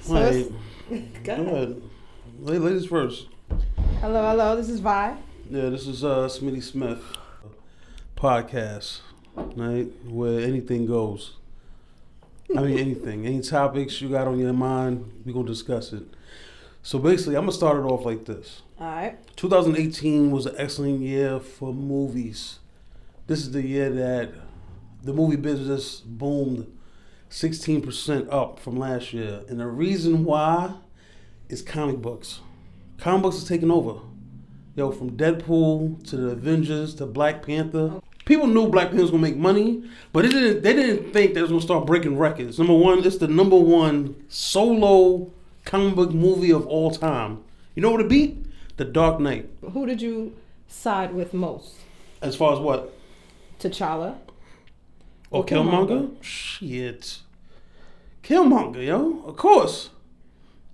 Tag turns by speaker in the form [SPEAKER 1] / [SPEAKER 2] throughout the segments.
[SPEAKER 1] So
[SPEAKER 2] Wait,
[SPEAKER 1] it's-
[SPEAKER 2] go
[SPEAKER 1] go ahead.
[SPEAKER 2] ahead. La- Ladies first.
[SPEAKER 1] Hello, hello. This is Vi.
[SPEAKER 2] Yeah, this is uh, Smitty Smith podcast, right? Where anything goes. I mean, anything, any topics you got on your mind, we gonna discuss it. So basically, I'm gonna start it off like this.
[SPEAKER 1] All right.
[SPEAKER 2] 2018 was an excellent year for movies. This is the year that the movie business boomed 16% up from last year. And the reason why is comic books. Comic books is taking over. Yo, from Deadpool to the Avengers to Black Panther. People knew Black Panther was gonna make money, but it didn't they didn't think that it was gonna start breaking records. Number one, it's the number one solo comic book movie of all time. You know what it beat? The Dark Knight.
[SPEAKER 1] Who did you side with most?
[SPEAKER 2] As far as what?
[SPEAKER 1] T'Challa.
[SPEAKER 2] Or
[SPEAKER 1] Or
[SPEAKER 2] Killmonger? Shit. Killmonger, yo. Of course.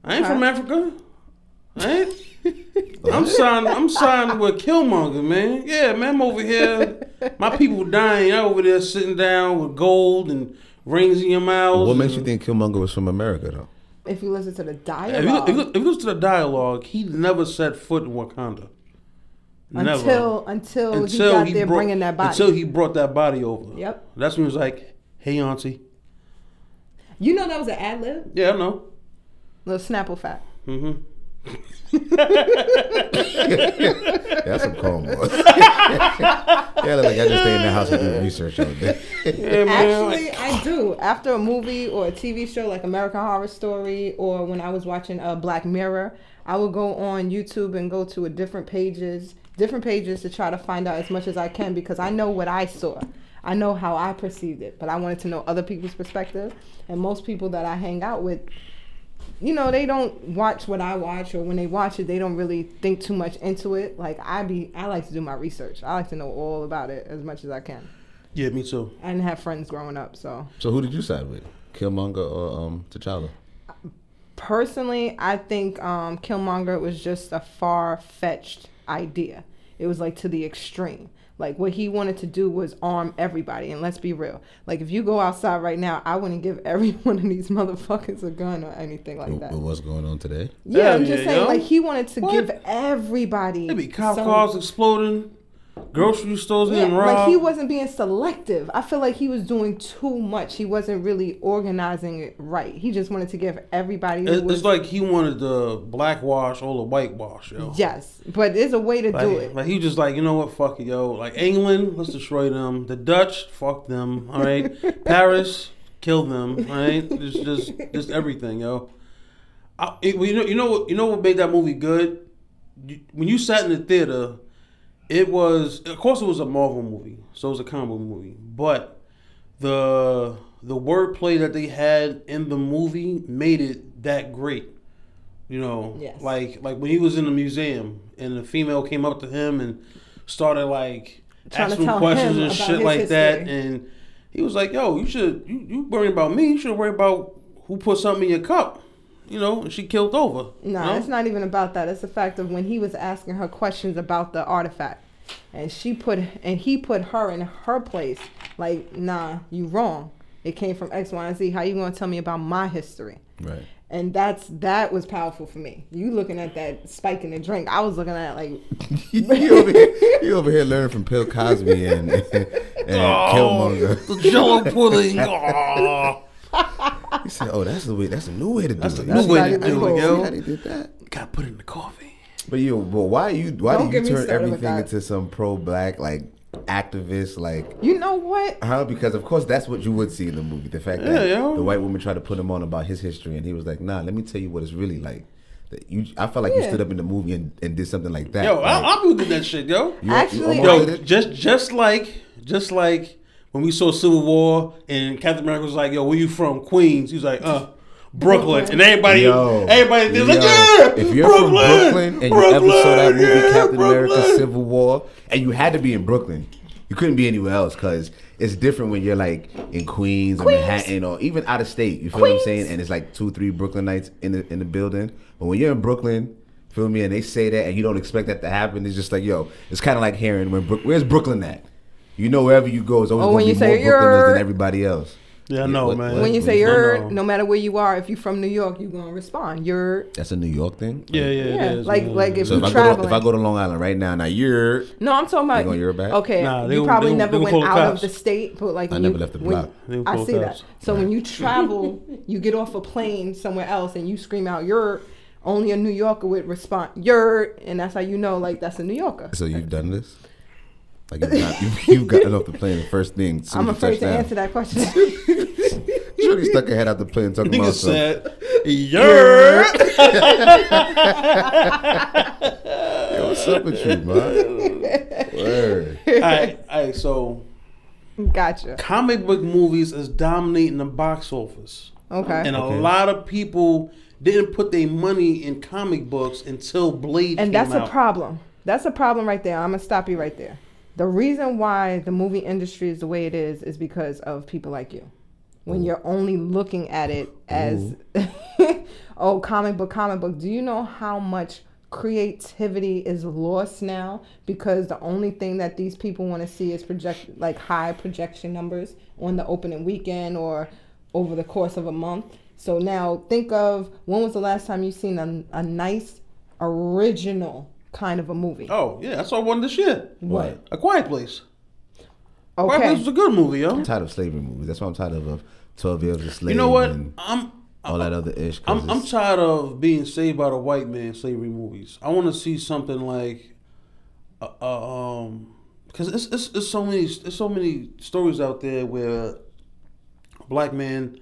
[SPEAKER 2] I ain't from
[SPEAKER 1] Huh?
[SPEAKER 2] Africa. Right? I'm signed I'm signed with Killmonger, man. Yeah, man, I'm over here. My people dying. I over there sitting down with gold and rings in your mouths.
[SPEAKER 3] What makes you
[SPEAKER 2] and-
[SPEAKER 3] think Killmonger was from America though?
[SPEAKER 1] If you listen to the
[SPEAKER 2] if you,
[SPEAKER 1] dialogue
[SPEAKER 2] if, you, if you listen to the dialogue, he never set foot in Wakanda. Never.
[SPEAKER 1] until until he got there
[SPEAKER 2] brought-
[SPEAKER 1] bringing that body.
[SPEAKER 2] Until he brought that body over.
[SPEAKER 1] Yep.
[SPEAKER 2] That's when he was like, hey, auntie.
[SPEAKER 1] you know that was an ad lib,
[SPEAKER 2] Yeah, I know.
[SPEAKER 1] little Snapple fact.
[SPEAKER 2] Mm-hmm.
[SPEAKER 3] That's some calm one. yeah, like I just stay in the house and do research all day.
[SPEAKER 2] Yeah, man.
[SPEAKER 1] Actually, I do. After a movie or a TV show like American Horror Story, or when I was watching uh, Black Mirror, I would go on YouTube and go to a different pages, different pages to try to find out as much as I can because I know what I saw. I know how I perceived it, but I wanted to know other people's perspective. And most people that I hang out with, you know, they don't watch what I watch, or when they watch it, they don't really think too much into it. Like I be, I like to do my research. I like to know all about it as much as I can.
[SPEAKER 2] yeah, me too.
[SPEAKER 1] I didn't have friends growing up, so
[SPEAKER 3] So who did you side with? Killmonger or um T'Challa?
[SPEAKER 1] personally, I think um, Killmonger was just a far fetched idea. It was like to the extreme. Like what he wanted to do was arm everybody. And let's be real. Like if you go outside right now, I wouldn't give every one of these motherfuckers a gun or anything like
[SPEAKER 3] With
[SPEAKER 1] that.
[SPEAKER 3] with what's going on today?
[SPEAKER 1] Yeah, I'm
[SPEAKER 2] Hell
[SPEAKER 1] just
[SPEAKER 2] yeah,
[SPEAKER 1] saying.
[SPEAKER 2] yo.
[SPEAKER 1] Like he wanted to
[SPEAKER 2] What?
[SPEAKER 1] give everybody.
[SPEAKER 2] Maybe cop
[SPEAKER 1] some-
[SPEAKER 2] cars exploding, grocery stores
[SPEAKER 1] Yeah,
[SPEAKER 2] getting robbed.
[SPEAKER 1] like he wasn't being selective. I feel like he was doing too much. He wasn't really organizing it right. He just wanted to give everybody. who
[SPEAKER 2] It-
[SPEAKER 1] was-
[SPEAKER 2] it's like he wanted to black wash all the white wash, yo.
[SPEAKER 1] Yes, but there's a way to
[SPEAKER 2] Like,
[SPEAKER 1] do it.
[SPEAKER 2] like he was just like, you know what, fuck it, yo. Like England, let's destroy them. The Dutch, fuck them. All right, Paris, kill them. All right, just just just everything, yo. I, it, well, you know, you know what, you know what made that movie good. You, when you sat in the theater, it was, of course, it was a Marvel movie, so it was a comic book movie, but the the wordplay that they had in the movie made it that great. You know,
[SPEAKER 1] Yes.
[SPEAKER 2] like like when he was in the museum and the female came up to him and started like
[SPEAKER 1] Trying to
[SPEAKER 2] asking
[SPEAKER 1] tell
[SPEAKER 2] questions
[SPEAKER 1] him
[SPEAKER 2] and
[SPEAKER 1] about
[SPEAKER 2] shit
[SPEAKER 1] his
[SPEAKER 2] like that,
[SPEAKER 1] history.
[SPEAKER 2] and he was like, "Yo, you should you you worry about me? You should worry about who put something in your cup." You know, and she killed over. you
[SPEAKER 1] No,
[SPEAKER 2] know?
[SPEAKER 1] it's not even about that. It's the fact of when he was asking her questions about the artifact, and she put and he put her in her place. Like, nah, you wrong. It came from X, Y, and Z. How you gonna tell me about my history?
[SPEAKER 3] Right.
[SPEAKER 1] And that's that was powerful for me. You looking at that spike in the drink. I was looking at it like
[SPEAKER 3] you, over here, you over here learning from Bill Cosby and, and
[SPEAKER 2] Oh.
[SPEAKER 3] Oh, Killmonger.
[SPEAKER 2] The Jello pudding. Oh,
[SPEAKER 3] He said, "Oh, that's the way. That's a new way to do
[SPEAKER 2] that's
[SPEAKER 3] it.
[SPEAKER 2] the new way
[SPEAKER 1] not
[SPEAKER 2] to
[SPEAKER 1] even
[SPEAKER 2] do it,
[SPEAKER 1] cool.
[SPEAKER 3] See how they
[SPEAKER 2] yo.
[SPEAKER 3] did that?
[SPEAKER 2] Got put in the coffee.
[SPEAKER 3] But you, but why you? Why
[SPEAKER 1] Don't
[SPEAKER 3] do
[SPEAKER 1] get me
[SPEAKER 3] you turn
[SPEAKER 1] started with
[SPEAKER 3] everything
[SPEAKER 1] that.
[SPEAKER 3] into some pro-black like activist like?
[SPEAKER 1] you know what?
[SPEAKER 3] Huh? Because of course that's what you would see in the movie. The fact that
[SPEAKER 2] Yeah, yeah.
[SPEAKER 3] the white woman tried to put him on about his history, and he was like, "Nah, let me tell you what it's really like." That you, I felt like you
[SPEAKER 1] Yeah.
[SPEAKER 3] stood up in the movie and, and did something like that.
[SPEAKER 2] Yo, I,
[SPEAKER 3] like,
[SPEAKER 2] I'm doing that shit, yo.
[SPEAKER 3] you- you
[SPEAKER 1] Actually-
[SPEAKER 3] almost
[SPEAKER 2] Yo,
[SPEAKER 3] did it?
[SPEAKER 2] just just like just like when we saw Civil War and Captain America was like, "Yo, where you from? Queens." He was like, "Uh, Brooklyn." And everybody,
[SPEAKER 3] Yo.
[SPEAKER 2] everybody, they was like,
[SPEAKER 3] Yo.
[SPEAKER 2] "Yeah,
[SPEAKER 3] If you're
[SPEAKER 2] Brooklyn,
[SPEAKER 3] from Brooklyn and you ever saw that movie
[SPEAKER 2] yeah,
[SPEAKER 3] Captain America
[SPEAKER 2] Brooklyn."
[SPEAKER 3] Civil War, and you had to be in Brooklyn, you couldn't be anywhere else because it's different when you're like in Queens, or Manhattan or even out of state. You feel what I'm
[SPEAKER 1] Queens.
[SPEAKER 3] saying? And it's like two, three Brooklynites in the in the building. But when you're in Brooklyn, feel me, and they say that, and you don't expect that to happen, it's just like yo, it's kind of like hearing when Brook, where's Brooklyn at? You know, wherever you go, it's always
[SPEAKER 1] Oh,
[SPEAKER 3] going
[SPEAKER 1] when
[SPEAKER 3] to
[SPEAKER 1] you
[SPEAKER 3] be
[SPEAKER 1] say
[SPEAKER 3] more Brooklyners
[SPEAKER 1] you're-
[SPEAKER 3] than everybody else.
[SPEAKER 2] Yeah, I know,
[SPEAKER 3] what-
[SPEAKER 2] man.
[SPEAKER 3] what-
[SPEAKER 1] When you
[SPEAKER 3] what
[SPEAKER 1] say
[SPEAKER 2] I
[SPEAKER 1] you're,
[SPEAKER 2] know.
[SPEAKER 1] no matter where you are, if you're from New York, you're gonna respond. You're
[SPEAKER 3] that's a New York thing.
[SPEAKER 2] Yeah, yeah,
[SPEAKER 1] yeah,
[SPEAKER 2] it is,
[SPEAKER 1] like
[SPEAKER 2] man.
[SPEAKER 1] like if
[SPEAKER 3] So
[SPEAKER 1] you're
[SPEAKER 3] if I, go to,
[SPEAKER 1] traveling.
[SPEAKER 3] if I go to Long Island right now, now you're
[SPEAKER 1] no, I'm talking about
[SPEAKER 3] They gonna your back?
[SPEAKER 1] Okay,
[SPEAKER 2] Nah, they
[SPEAKER 1] you
[SPEAKER 2] gonna-
[SPEAKER 1] probably
[SPEAKER 2] they gonna-
[SPEAKER 1] never
[SPEAKER 2] they gonna
[SPEAKER 1] went
[SPEAKER 2] call the
[SPEAKER 1] out
[SPEAKER 2] cops.
[SPEAKER 1] of the state, but like
[SPEAKER 3] I
[SPEAKER 1] when
[SPEAKER 3] never
[SPEAKER 1] you-
[SPEAKER 3] left the
[SPEAKER 1] when-
[SPEAKER 3] block.
[SPEAKER 2] They gonna
[SPEAKER 1] I
[SPEAKER 2] call
[SPEAKER 1] see
[SPEAKER 2] the
[SPEAKER 1] that.
[SPEAKER 2] cops.
[SPEAKER 1] So when you travel, you get off a plane somewhere else and you scream out, "You're." Only a New Yorker would respond, "You're," and that's how you know, like that's a New Yorker.
[SPEAKER 3] so you've done this. Like you've, got, you've, you've gotten off the plane the first thing. soon
[SPEAKER 1] I'm
[SPEAKER 3] as you
[SPEAKER 1] afraid
[SPEAKER 3] touch
[SPEAKER 1] to
[SPEAKER 3] down.
[SPEAKER 1] answer that question.
[SPEAKER 3] Shorty stuck her head out the plane talking
[SPEAKER 2] Nigga
[SPEAKER 3] about some-
[SPEAKER 2] said, "Yer."
[SPEAKER 3] Yo, what's up with you, man? Word.
[SPEAKER 2] All right, all right, so
[SPEAKER 1] gotcha.
[SPEAKER 2] comic book movies is dominating the box office.
[SPEAKER 1] Okay.
[SPEAKER 2] And
[SPEAKER 1] And,
[SPEAKER 2] a
[SPEAKER 3] Okay.
[SPEAKER 2] lot of people didn't put their money in comic books until Blade came
[SPEAKER 1] that's
[SPEAKER 2] out.
[SPEAKER 1] a problem. That's a problem right there. I'm gonna stop you right there. The reason why the movie industry is the way it is is because of people like you. When you're only looking at it as oh comic book, comic book. Do you know how much creativity is lost now because the only thing that these people want to see is project like high projection numbers on the opening weekend or over the course of a month. So now think of when was the last time you seen a, a nice original kind of a movie?
[SPEAKER 2] Oh yeah, I saw one this year.
[SPEAKER 1] What?
[SPEAKER 2] A Quiet Place. Quiet Place
[SPEAKER 1] Okay.
[SPEAKER 2] was a good movie, yo.
[SPEAKER 3] I'm tired of slavery movies. That's what I'm tired of. Of Twelve Years a Slave.
[SPEAKER 2] You know what?
[SPEAKER 3] And
[SPEAKER 2] I'm
[SPEAKER 3] all that other ish. 'cause
[SPEAKER 2] I'm, I'm
[SPEAKER 3] it's-
[SPEAKER 2] tired of being saved by the white man slavery movies. I want to see something like, uh, uh, um, because it's, it's it's so many it's so many stories out there where a black man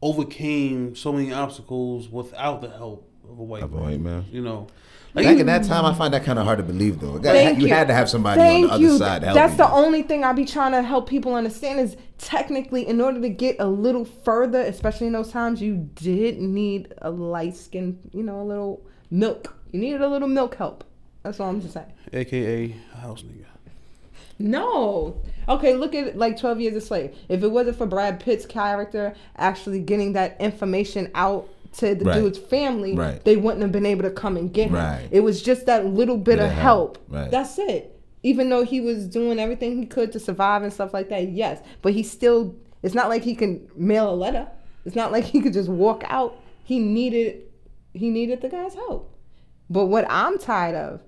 [SPEAKER 2] overcame so many obstacles without the help of a white,
[SPEAKER 3] Of a
[SPEAKER 2] man,
[SPEAKER 3] white man.
[SPEAKER 2] You know,
[SPEAKER 3] Back
[SPEAKER 2] you-
[SPEAKER 3] in that time, I find that kind of hard to believe, though.
[SPEAKER 1] Thank
[SPEAKER 3] you,
[SPEAKER 1] you.
[SPEAKER 3] had to have somebody
[SPEAKER 1] Thank
[SPEAKER 3] on the
[SPEAKER 1] you.
[SPEAKER 3] other side. to help
[SPEAKER 1] That's
[SPEAKER 3] you.
[SPEAKER 1] the only thing I be trying to help people understand is technically, in order to get a little further, especially in those times, you did need a light skin, you know, a little milk. You needed a little milk help. That's all I'm just saying.
[SPEAKER 2] AKA house nigga.
[SPEAKER 1] No. Okay, look at like 12 Years a Slave. If it wasn't for Brad Pitt's character actually getting that information out to the
[SPEAKER 3] Right.
[SPEAKER 1] dude's family,
[SPEAKER 3] Right.
[SPEAKER 1] they wouldn't have been able to come and get him.
[SPEAKER 3] Right.
[SPEAKER 1] It was just that little bit
[SPEAKER 3] Bit
[SPEAKER 1] of
[SPEAKER 3] of
[SPEAKER 1] help.
[SPEAKER 3] help. Right.
[SPEAKER 1] That's it. Even though he was doing everything he could to survive and stuff like that, yes. But he still, it's not like he can mail a letter. It's not like he could just walk out. He needed, he needed the guy's help. But what I'm tired of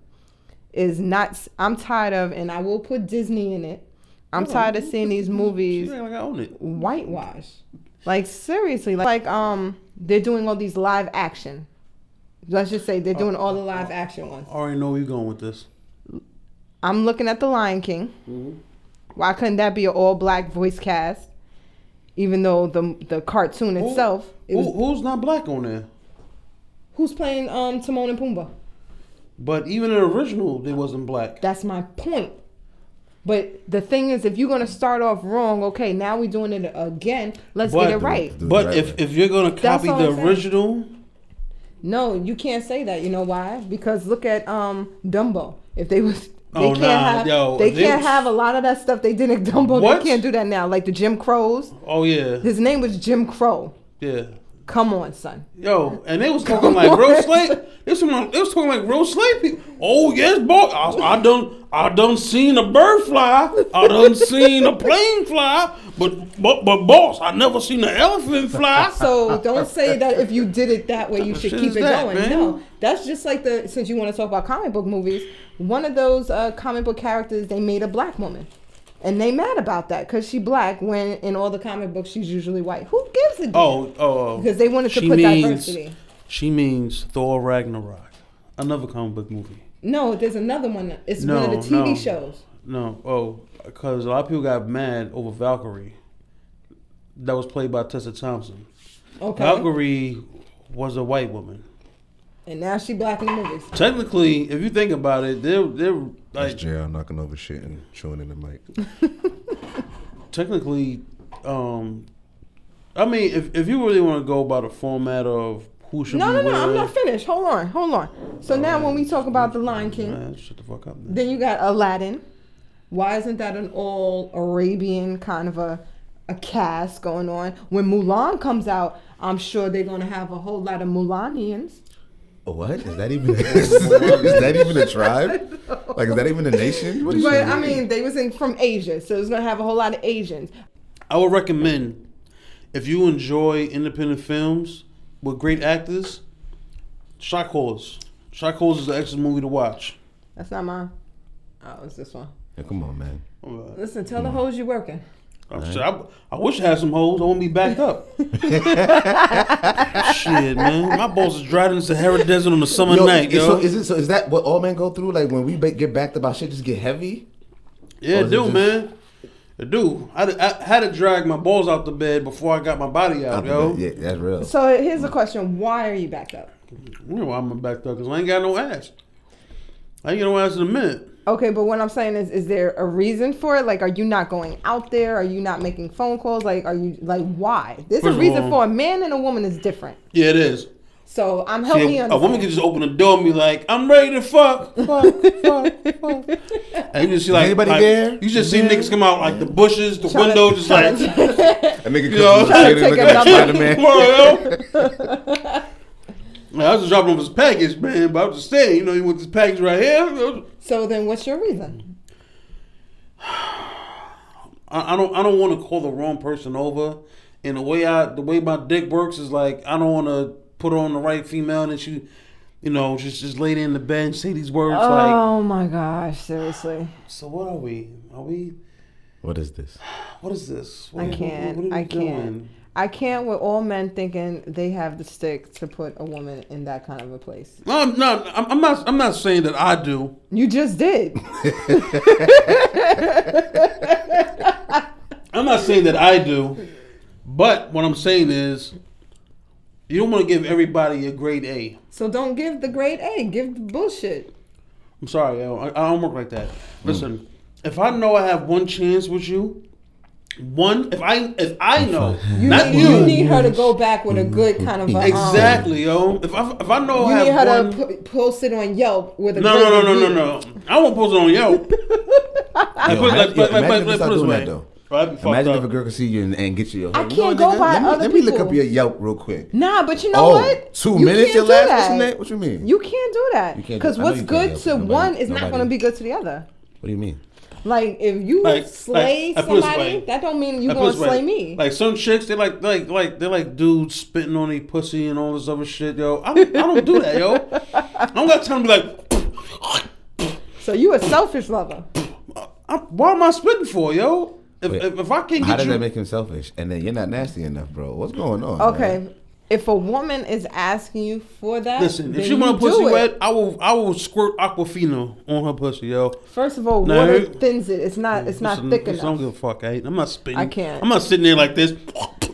[SPEAKER 1] is not. I'm tired of, and I will put Disney in it. I'm tired of seeing these movies
[SPEAKER 2] You ain't like I own it.
[SPEAKER 1] whitewash. Like seriously, like, like um, they're doing all these live action. Let's just say they're doing all the live action ones.
[SPEAKER 2] I already know where you going with this.
[SPEAKER 1] I'm looking at The Lion King. Why couldn't that be an all black voice cast? Even though the the cartoon
[SPEAKER 2] Who-
[SPEAKER 1] itself, it
[SPEAKER 2] who,
[SPEAKER 1] was,
[SPEAKER 2] who's not black on there?
[SPEAKER 1] who's playing um Timon and Pumbaa?
[SPEAKER 2] But even in the original, they wasn't black.
[SPEAKER 1] That's my point. But the thing is, if you're gonna start off wrong, okay, now we're doing it again. Let's
[SPEAKER 2] But-
[SPEAKER 1] get it right.
[SPEAKER 3] Do it
[SPEAKER 2] But
[SPEAKER 3] right
[SPEAKER 2] if,
[SPEAKER 3] way.
[SPEAKER 2] if you're gonna
[SPEAKER 1] That's
[SPEAKER 2] copy
[SPEAKER 1] all I'm
[SPEAKER 2] the
[SPEAKER 1] saying.
[SPEAKER 2] original,
[SPEAKER 1] No, you can't say that. You know why? Because look at um Dumbo. If they was they
[SPEAKER 2] Oh,
[SPEAKER 1] can't
[SPEAKER 2] nah,
[SPEAKER 1] have
[SPEAKER 2] yo,
[SPEAKER 1] they
[SPEAKER 2] they
[SPEAKER 1] can't
[SPEAKER 2] was-
[SPEAKER 1] have a lot of that stuff they did in Dumbo.
[SPEAKER 2] What?
[SPEAKER 1] They can't do that now. Like the Jim Crows.
[SPEAKER 2] oh yeah,
[SPEAKER 1] His name was Jim Crow.
[SPEAKER 2] yeah.
[SPEAKER 1] Come on, son.
[SPEAKER 2] Yo, and they was talking like real slave. They was talking, they was talking like real slave people. Oh yes, boy, I, I done I done seen a bird fly. I done seen a plane fly. But but but boss, I never seen an elephant fly.
[SPEAKER 1] So don't say that if you did it that way, you
[SPEAKER 2] What
[SPEAKER 1] should
[SPEAKER 2] shit
[SPEAKER 1] keep
[SPEAKER 2] is
[SPEAKER 1] it
[SPEAKER 2] that,
[SPEAKER 1] going.
[SPEAKER 2] man?
[SPEAKER 1] No, that's just like the since you want to talk about comic book movies. One of those uh, comic book characters they made a black woman, and they mad about that because she black when in all the comic books she's usually white. Who gives a damn?
[SPEAKER 2] Oh oh,
[SPEAKER 1] Because they wanted to
[SPEAKER 2] she
[SPEAKER 1] put
[SPEAKER 2] means-
[SPEAKER 1] diversity.
[SPEAKER 2] She means Thor Ragnarok, another comic book movie.
[SPEAKER 1] No, there's another one. It's one
[SPEAKER 2] No,
[SPEAKER 1] of the TV
[SPEAKER 2] no.
[SPEAKER 1] shows.
[SPEAKER 2] No, oh, because a lot of people got mad over Valkyrie. That was played by Tessa Thompson.
[SPEAKER 1] Okay,
[SPEAKER 2] Valkyrie was a white woman.
[SPEAKER 1] and now she black in the movies.
[SPEAKER 2] Technically, if you think about it, they're they're
[SPEAKER 3] That's
[SPEAKER 2] like
[SPEAKER 3] JR knocking over shit and chewing in the mic.
[SPEAKER 2] technically. Um, I mean, if if you really want to go by the format of who should
[SPEAKER 1] No,
[SPEAKER 2] be
[SPEAKER 1] no, no.
[SPEAKER 2] where,
[SPEAKER 1] I'm not finished. Hold on, hold on. So now when we talk about the Lion King,
[SPEAKER 2] Man, shut the fuck up. Man.
[SPEAKER 1] Then you got Aladdin. Why isn't that an all Arabian kind of a a cast going on? When Mulan comes out, I'm sure they're gonna have a whole lot of Mulanians.
[SPEAKER 3] Oh, what is that even? is that even a tribe? Like, is that even a nation? What is
[SPEAKER 1] But
[SPEAKER 3] that?
[SPEAKER 1] I mean, they was in from Asia, so it's gonna have a whole lot of Asians.
[SPEAKER 2] I would recommend If you enjoy independent films with great actors, Shot Callers. Shot Callers is an excellent movie to watch.
[SPEAKER 1] That's not mine. Oh, it's this one.
[SPEAKER 3] Yeah, come on, man.
[SPEAKER 2] Alright.
[SPEAKER 1] Listen, tell the hoes you working.
[SPEAKER 2] Oh, shit, I, I wish I had some hoes. I won't be backed up. shit, man. My balls is dry in the Sahara Desert on a summer
[SPEAKER 3] Yo,
[SPEAKER 2] night,
[SPEAKER 3] is-
[SPEAKER 2] yo.
[SPEAKER 3] So is it? So is that what all men go through? Like when we ba- get backed about shit, just get heavy.
[SPEAKER 2] Yeah,
[SPEAKER 3] Or
[SPEAKER 2] it
[SPEAKER 3] is it
[SPEAKER 2] do,
[SPEAKER 3] oh, just-
[SPEAKER 2] man. It do. I, I had to drag my balls out the bed before I got my body out, yo.
[SPEAKER 3] Yeah, that's real.
[SPEAKER 1] So here's the question: Why are you backed up?
[SPEAKER 2] You know why I'm backed up? Because I ain't got no ass. I ain't got no ass in a minute.
[SPEAKER 1] Okay, but what I'm saying is, is there a reason for it? Like, are you not going out there? Are you not making phone calls? Like, are you like why? There's
[SPEAKER 2] First
[SPEAKER 1] a
[SPEAKER 2] of
[SPEAKER 1] reason
[SPEAKER 2] all-
[SPEAKER 1] for a man and a woman is different.
[SPEAKER 2] Yeah, it is.
[SPEAKER 1] So I'm helping
[SPEAKER 2] See,
[SPEAKER 1] you.
[SPEAKER 2] a
[SPEAKER 1] Understand.
[SPEAKER 2] woman can just open the door and be like, "I'm ready to fuck, fuck, fuck, fuck." And you just see like
[SPEAKER 3] Anybody
[SPEAKER 2] like,
[SPEAKER 3] there?
[SPEAKER 2] You just see niggas come out like the bushes, the
[SPEAKER 1] Tryna-
[SPEAKER 2] window, just like
[SPEAKER 3] That nigga
[SPEAKER 2] Yo.
[SPEAKER 3] comes shit
[SPEAKER 1] Take
[SPEAKER 3] and look
[SPEAKER 1] another-
[SPEAKER 3] like Spider-Man.
[SPEAKER 2] Mario. I was just dropping off his package, man. But I'm just saying, you know, you want this package right here.
[SPEAKER 1] so then, what's your reason?
[SPEAKER 2] I, I don't I don't want to call the wrong person over. And the way I the way my dick works is like I don't want to put on the right female and then she, you know, just just lay there in the bed and say these words like,
[SPEAKER 1] oh my gosh, seriously,
[SPEAKER 2] so what are we? Are we?
[SPEAKER 3] What is this?
[SPEAKER 2] What is this? What,
[SPEAKER 1] I
[SPEAKER 2] what-
[SPEAKER 1] can't.
[SPEAKER 2] what are we
[SPEAKER 1] I can't.
[SPEAKER 2] doing?
[SPEAKER 1] I can't with all men thinking they have the stick to put a woman in that kind of a place.
[SPEAKER 2] No, I'm not. I'm, I'm not. I'm not saying that I do.
[SPEAKER 1] You just did.
[SPEAKER 2] I'm not saying that I do. But what I'm saying is, you don't want to give everybody a grade A.
[SPEAKER 1] So don't give the grade A. Give the bullshit.
[SPEAKER 2] I'm sorry, yo. I, I don't work like
[SPEAKER 3] Mm.
[SPEAKER 2] that. Listen, if I know I have one chance with you, one if I if I know,
[SPEAKER 1] You
[SPEAKER 2] not
[SPEAKER 1] need,
[SPEAKER 2] you, Mm-hmm.
[SPEAKER 1] you need her to go back with a good kind of a, um,
[SPEAKER 2] exactly, yo. If I if I know I
[SPEAKER 1] You need
[SPEAKER 2] have
[SPEAKER 1] her
[SPEAKER 2] one,
[SPEAKER 1] to p- post it on Yelp with a
[SPEAKER 2] no,
[SPEAKER 1] good
[SPEAKER 2] no, no, no,
[SPEAKER 1] review.
[SPEAKER 2] no, no. I won't post it on Yelp. I
[SPEAKER 3] Yo,
[SPEAKER 2] put it like- like-
[SPEAKER 3] imagine- yo,
[SPEAKER 2] like-
[SPEAKER 3] imagine
[SPEAKER 2] like- like- put it
[SPEAKER 3] if it's not
[SPEAKER 2] this
[SPEAKER 3] doing
[SPEAKER 2] way.
[SPEAKER 3] that, though.
[SPEAKER 2] Right, I'd be fucked
[SPEAKER 3] Imagine
[SPEAKER 2] up.
[SPEAKER 3] if a girl could see you and, and get you. Yo,
[SPEAKER 1] I
[SPEAKER 3] you know
[SPEAKER 1] can't
[SPEAKER 3] what,
[SPEAKER 1] go
[SPEAKER 3] nigga?
[SPEAKER 1] by
[SPEAKER 3] let me,
[SPEAKER 1] other
[SPEAKER 3] Let me look
[SPEAKER 1] people.
[SPEAKER 3] up your Yelp real quick. Oh,
[SPEAKER 1] Nah, but you know
[SPEAKER 2] Oh,
[SPEAKER 1] what?
[SPEAKER 3] two
[SPEAKER 1] You
[SPEAKER 3] minutes
[SPEAKER 1] can't
[SPEAKER 3] your
[SPEAKER 1] do
[SPEAKER 3] last what's that? What you mean?
[SPEAKER 1] You can't do that
[SPEAKER 3] You can't do-
[SPEAKER 1] because
[SPEAKER 3] I know
[SPEAKER 1] what's
[SPEAKER 3] you can't
[SPEAKER 1] good
[SPEAKER 3] help it.
[SPEAKER 1] to
[SPEAKER 3] Nobody-
[SPEAKER 1] one is not
[SPEAKER 3] nobody-
[SPEAKER 1] going to be good to the other.
[SPEAKER 3] What do you mean?
[SPEAKER 1] Like if you
[SPEAKER 2] Like,
[SPEAKER 1] slay
[SPEAKER 2] like, I put it this
[SPEAKER 1] somebody,
[SPEAKER 2] way.
[SPEAKER 1] that don't mean you
[SPEAKER 2] Like,
[SPEAKER 1] going
[SPEAKER 2] put
[SPEAKER 1] to
[SPEAKER 2] it this way.
[SPEAKER 1] slay me.
[SPEAKER 2] Like some chicks, they like like like they like dudes spitting on their pussy and all this other shit, yo. I don't, I don't do that, yo. I don't got time to be like.
[SPEAKER 1] so you a selfish lover.
[SPEAKER 2] I'm, why am I spitting for, yo? If,
[SPEAKER 3] Wait,
[SPEAKER 2] if, if I can't
[SPEAKER 3] How
[SPEAKER 2] get
[SPEAKER 3] does
[SPEAKER 2] you,
[SPEAKER 3] that make him selfish? And then you're not nasty enough, bro. What's going on?
[SPEAKER 1] Okay,
[SPEAKER 3] man?
[SPEAKER 1] if a woman is asking you for that,
[SPEAKER 2] listen.
[SPEAKER 1] then
[SPEAKER 2] If she want
[SPEAKER 1] you
[SPEAKER 2] a pussy
[SPEAKER 1] do it.
[SPEAKER 2] wet, I will. I will squirt Aquafina on her pussy, yo.
[SPEAKER 1] first of all,
[SPEAKER 2] No.
[SPEAKER 1] water thins it. It's not. It's not
[SPEAKER 2] Listen,
[SPEAKER 1] thick
[SPEAKER 2] listen, I don't
[SPEAKER 1] enough.
[SPEAKER 2] give a fuck. I ain't, I'm not spitting.
[SPEAKER 1] I can't.
[SPEAKER 2] I'm not sitting there like this.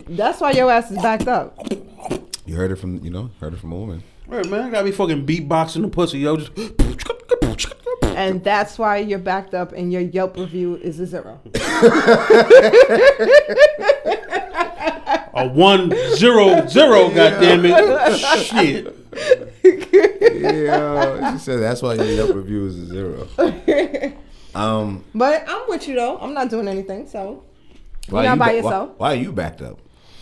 [SPEAKER 1] That's why your ass is backed up.
[SPEAKER 3] You heard it from you know heard it from a woman.
[SPEAKER 2] Right, man. I gotta be fucking beatboxing the pussy, yo. Just.
[SPEAKER 1] And that's why you're backed up and your Yelp review is a zero.
[SPEAKER 2] A one zero zero, goddammit. Shit.
[SPEAKER 3] yeah, she said that's why your Yelp review is a zero. Um,
[SPEAKER 1] But I'm with you though. I'm not doing anything, so
[SPEAKER 3] why
[SPEAKER 1] You're
[SPEAKER 3] are
[SPEAKER 1] not by
[SPEAKER 3] ba- why-
[SPEAKER 1] yourself.
[SPEAKER 3] Why, are you backed up?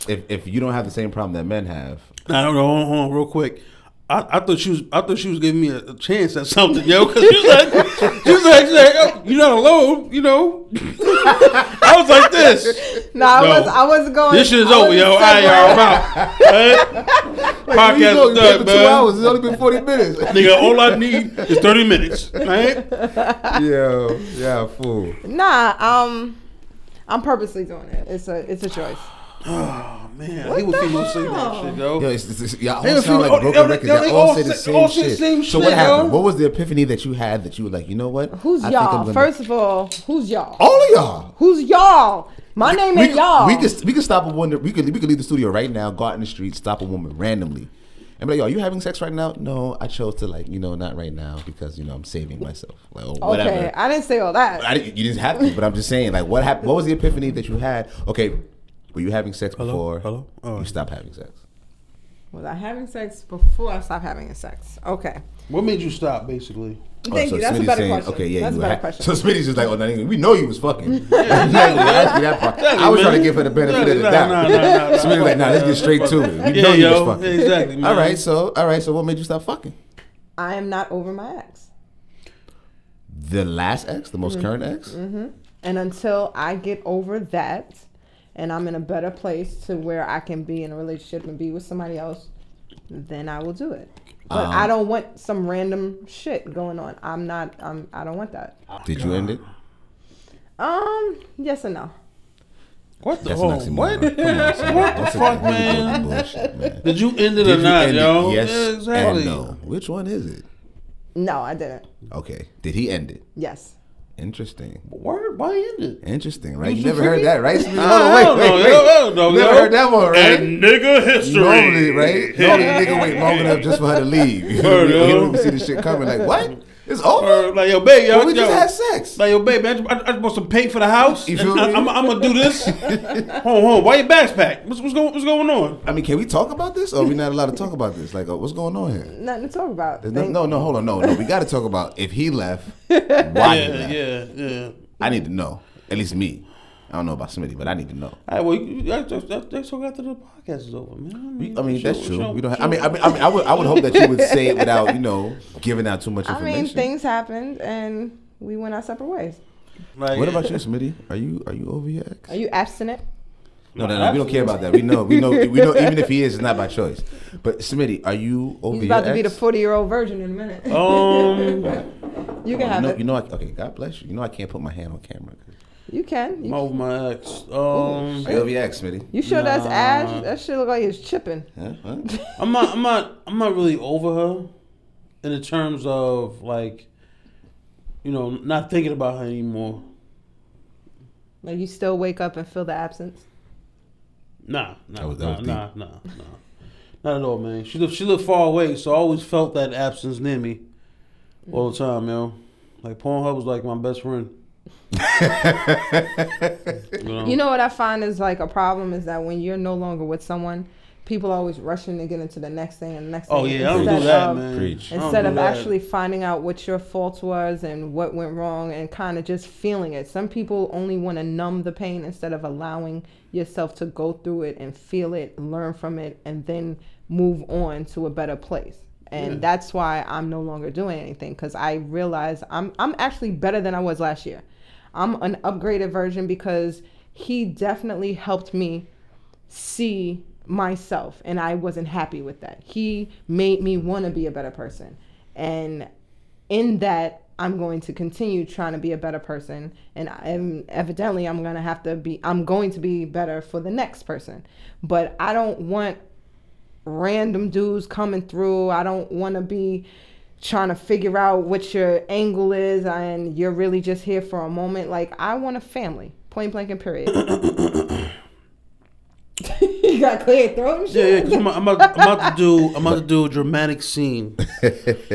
[SPEAKER 3] If if you don't have the same problem that men have,
[SPEAKER 2] I don't know. Hold on, hold on real quick. I, I thought she was. I thought she was giving me a, a chance at something, yo. Because she was like, she was like, she's like oh, you're not alone, you know. I was like this.
[SPEAKER 1] no, I
[SPEAKER 2] No.
[SPEAKER 1] was I wasn't
[SPEAKER 3] Oh,
[SPEAKER 1] going.
[SPEAKER 2] This shit is
[SPEAKER 1] I
[SPEAKER 2] over,
[SPEAKER 1] wasn't
[SPEAKER 2] yo. All
[SPEAKER 1] segueing.
[SPEAKER 2] right, y'all, I'm out. Hey,
[SPEAKER 3] Where you
[SPEAKER 2] Podcast
[SPEAKER 3] going?
[SPEAKER 2] is done,
[SPEAKER 3] You there for two
[SPEAKER 2] man.
[SPEAKER 3] hours. It's only been forty minutes.
[SPEAKER 2] Nigga, all I need is thirty minutes, right?
[SPEAKER 3] Yo, yeah, fool.
[SPEAKER 1] Nah, um, I'm purposely doing it. It's a it's a choice.
[SPEAKER 2] Oh man, I hate when people say that shit, yo.
[SPEAKER 3] Yo, it's, it's, it's, y'all
[SPEAKER 2] They
[SPEAKER 3] all
[SPEAKER 2] all
[SPEAKER 3] sound
[SPEAKER 2] say-
[SPEAKER 3] like broken
[SPEAKER 2] all-
[SPEAKER 3] records.
[SPEAKER 2] yo, they
[SPEAKER 3] Y'all all
[SPEAKER 2] all
[SPEAKER 3] say
[SPEAKER 2] say-
[SPEAKER 3] the same
[SPEAKER 2] all say the
[SPEAKER 3] shit.
[SPEAKER 2] same
[SPEAKER 3] So
[SPEAKER 2] shit,
[SPEAKER 3] what happened?
[SPEAKER 2] yo.
[SPEAKER 3] What was the epiphany that you had that you were like, you know what?
[SPEAKER 1] Who's
[SPEAKER 3] I think I'm
[SPEAKER 1] y'all?
[SPEAKER 3] gonna-
[SPEAKER 1] First of all, who's y'all?
[SPEAKER 3] all of y'all.
[SPEAKER 1] Who's y'all? My name
[SPEAKER 3] we,
[SPEAKER 1] ain't y'all.
[SPEAKER 3] We could we could stop a woman. We could we could leave the studio right now, go out in the street, stop a woman randomly, and be like, "Yo, are you having sex right now?" No, I chose to like you know not right now because you know I'm saving myself. Like or whatever.
[SPEAKER 1] okay, I didn't say all that.
[SPEAKER 3] I didn't, you didn't have to, but I'm just saying, like, what happened? What was the epiphany that you had? Okay, were you having sex before
[SPEAKER 2] Hello? Oh.
[SPEAKER 3] you stopped having sex?
[SPEAKER 1] was I having sex before I stopped having sex? Okay,
[SPEAKER 2] What made you stop, basically?
[SPEAKER 1] thank
[SPEAKER 3] Oh, so
[SPEAKER 1] you. That's a
[SPEAKER 3] Smitty's
[SPEAKER 1] better
[SPEAKER 3] saying,
[SPEAKER 1] question.
[SPEAKER 3] Okay, yeah,
[SPEAKER 1] that's a
[SPEAKER 3] you
[SPEAKER 1] better
[SPEAKER 3] had-
[SPEAKER 1] question.
[SPEAKER 3] So Smitty's just like, oh, no, nigga, we know you was fucking. Exactly, ask me that part. I was
[SPEAKER 2] man.
[SPEAKER 3] trying to give her the benefit of the
[SPEAKER 2] Nah,
[SPEAKER 3] doubt.
[SPEAKER 2] nah, nah, nah, nah.
[SPEAKER 3] Smitty's like, nah, let's get straight to it. We
[SPEAKER 2] Yeah,
[SPEAKER 3] know you
[SPEAKER 2] yo,
[SPEAKER 3] was fucking.
[SPEAKER 2] exactly, man.
[SPEAKER 3] All right, so all right, so what made you stop fucking?
[SPEAKER 1] I am not over my ex,
[SPEAKER 2] Mm-hmm.
[SPEAKER 3] The last ex, the most current ex.
[SPEAKER 1] and until I get over that, and I'm in a better place to where I can be in a relationship and be with somebody else, then I will do it. But
[SPEAKER 3] Um,
[SPEAKER 1] I don't want some random shit going on. I'm not. I'm. I don't want that.
[SPEAKER 3] Did you end it?
[SPEAKER 2] Oh,
[SPEAKER 1] Um. Yes and no.
[SPEAKER 2] What the
[SPEAKER 3] That's
[SPEAKER 2] oh,
[SPEAKER 3] an oxymoron.
[SPEAKER 2] What?
[SPEAKER 3] Come on, son. That's a-
[SPEAKER 2] fuck,
[SPEAKER 3] that's a
[SPEAKER 2] man?
[SPEAKER 3] bullshit, man.
[SPEAKER 2] Did you end it
[SPEAKER 3] Did
[SPEAKER 2] or
[SPEAKER 3] you
[SPEAKER 2] not,
[SPEAKER 3] end it?
[SPEAKER 2] yo?
[SPEAKER 3] Yes
[SPEAKER 2] Yeah, exactly.
[SPEAKER 3] and no. Which one is it?
[SPEAKER 1] No, I didn't.
[SPEAKER 3] Okay. Did he end it?
[SPEAKER 1] Yes.
[SPEAKER 3] Interesting.
[SPEAKER 2] Word? Why end it?
[SPEAKER 3] Interesting, right? You
[SPEAKER 2] too
[SPEAKER 3] never heard
[SPEAKER 2] freaky?
[SPEAKER 3] that, right?
[SPEAKER 2] Hell
[SPEAKER 3] Oh, wait,
[SPEAKER 2] no,
[SPEAKER 3] wait,
[SPEAKER 2] hell
[SPEAKER 3] wait.
[SPEAKER 2] no,
[SPEAKER 3] Never
[SPEAKER 2] yo.
[SPEAKER 3] heard that one, right?
[SPEAKER 2] And nigga history.
[SPEAKER 3] Normally, right? Normally, the nigga wait long enough just for her to leave. You
[SPEAKER 2] Word,
[SPEAKER 3] don't
[SPEAKER 2] yo.
[SPEAKER 3] even see the shit coming. Like, what? It's over.
[SPEAKER 2] Word, Like yo, babe, yo,
[SPEAKER 3] But we
[SPEAKER 2] yo.
[SPEAKER 3] just had sex.
[SPEAKER 2] Like yo, babe, I, I, I supposed to pay for the house.
[SPEAKER 3] You feel me?
[SPEAKER 2] I'm, I'm gonna do this. hold on, why your bags packed? What's, what's going What's going on?
[SPEAKER 3] I mean, can we talk about this? Or are we not allowed to talk about this? Like, uh, what's going on here?
[SPEAKER 1] Nothing to talk about.
[SPEAKER 3] There's No,
[SPEAKER 1] Thank-
[SPEAKER 3] no, no, hold on, no, no. We got to talk about if he left, why he
[SPEAKER 2] Yeah,
[SPEAKER 3] left.
[SPEAKER 2] yeah, yeah.
[SPEAKER 3] I need to know. At least me. I don't know about Smitty, but I need to know.
[SPEAKER 2] All right, well, you- that- that- that- that's talk after the podcast is over, man.
[SPEAKER 3] We- I mean,
[SPEAKER 2] sure,
[SPEAKER 3] that's true.
[SPEAKER 2] sure,
[SPEAKER 3] we don't. Have,
[SPEAKER 2] sure.
[SPEAKER 3] I mean, I mean, I, mean I, would, I would hope that you would say it without, you know, giving out too much
[SPEAKER 1] I
[SPEAKER 3] information.
[SPEAKER 1] mean, things happened, and we went our separate ways.
[SPEAKER 2] Like,
[SPEAKER 3] What about you, Smitty? Are you are you over your ex?
[SPEAKER 1] Are you abstinent?
[SPEAKER 3] No, no, no. We don't care about that. We know, we know, we know. Even if he is, it's not by choice. But Smitty, are you over
[SPEAKER 1] He's
[SPEAKER 3] your
[SPEAKER 1] about to be the
[SPEAKER 3] ex?
[SPEAKER 1] forty-year-old virgin in a minute.
[SPEAKER 2] Oh, Um,
[SPEAKER 1] you can
[SPEAKER 3] Oh, you
[SPEAKER 1] have
[SPEAKER 3] know,
[SPEAKER 1] it.
[SPEAKER 3] you know. I, okay, God bless you. You know, I can't put my hand on camera.
[SPEAKER 1] You can.
[SPEAKER 2] I'm
[SPEAKER 1] You,
[SPEAKER 2] over my ex. oh, Um,
[SPEAKER 1] Mm-hmm.
[SPEAKER 3] Are you over your ex, Smitty?
[SPEAKER 1] you sure that's
[SPEAKER 2] Nah.
[SPEAKER 1] ash? That shit look like it's chipping.
[SPEAKER 3] Huh? Huh?
[SPEAKER 2] I'm not. I'm not. I'm not really over her, in the terms of like, you know, not thinking about her anymore.
[SPEAKER 1] Like you still wake up and feel the absence.
[SPEAKER 2] Nah, nah,
[SPEAKER 3] That was- that
[SPEAKER 2] nah,
[SPEAKER 3] was
[SPEAKER 2] nah, nah, nah, not at all, man. She lived, she lived far away, so I always felt that absence near me all the time, yo. Like Pornhub was like my best friend. you know,
[SPEAKER 1] You know what I find is like a problem is that when you're no longer with someone, people are always rushing to get into the next thing and the next
[SPEAKER 2] oh
[SPEAKER 1] thing. um,
[SPEAKER 2] yeah, I don't
[SPEAKER 1] instead
[SPEAKER 2] do that,
[SPEAKER 1] of-
[SPEAKER 2] man.
[SPEAKER 3] Preach.
[SPEAKER 2] I don't
[SPEAKER 1] Instead
[SPEAKER 2] do
[SPEAKER 1] of
[SPEAKER 2] that.
[SPEAKER 1] actually finding out what your fault was and what went wrong and kind of just feeling it. Some people only want to numb the pain instead of allowing yourself to go through it and feel it, learn from it, and then move on to a better place. And
[SPEAKER 2] Yeah.
[SPEAKER 1] that's why I'm no longer doing anything because I realize I'm I'm actually better than I was last year. I'm an upgraded version because he definitely helped me see myself and I wasn't happy with that. He made me want to be a better person. And in that I'm going to continue trying to be a better person and I am evidently I'm going to have to be I'm going to be better for the next person. But I don't want random dudes coming through. I don't want to be trying to figure out what your angle is and you're really just here for a moment. Like I want a family. Point blank and period. you got clear your throat and
[SPEAKER 2] Yeah, yeah.
[SPEAKER 1] shit.
[SPEAKER 2] Cause I'm, I'm, about, I'm about to do. I'm about to do a dramatic scene.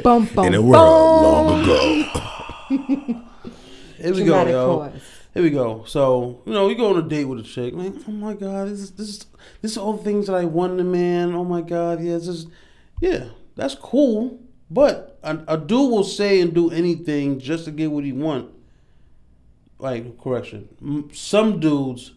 [SPEAKER 1] Bum, bum,
[SPEAKER 3] In a
[SPEAKER 1] bum.
[SPEAKER 3] world long ago.
[SPEAKER 2] Here we
[SPEAKER 1] Dramatic
[SPEAKER 2] go, yo.
[SPEAKER 1] pause.
[SPEAKER 2] Here we go. So you know, you go on a date with a chick. Like, oh my god, this is this is this is all the things that I wanted, man. Oh my god, yeah, this is yeah, that's cool. But a, a dude will say and do anything just to get what he want. Like correction, M- some dudes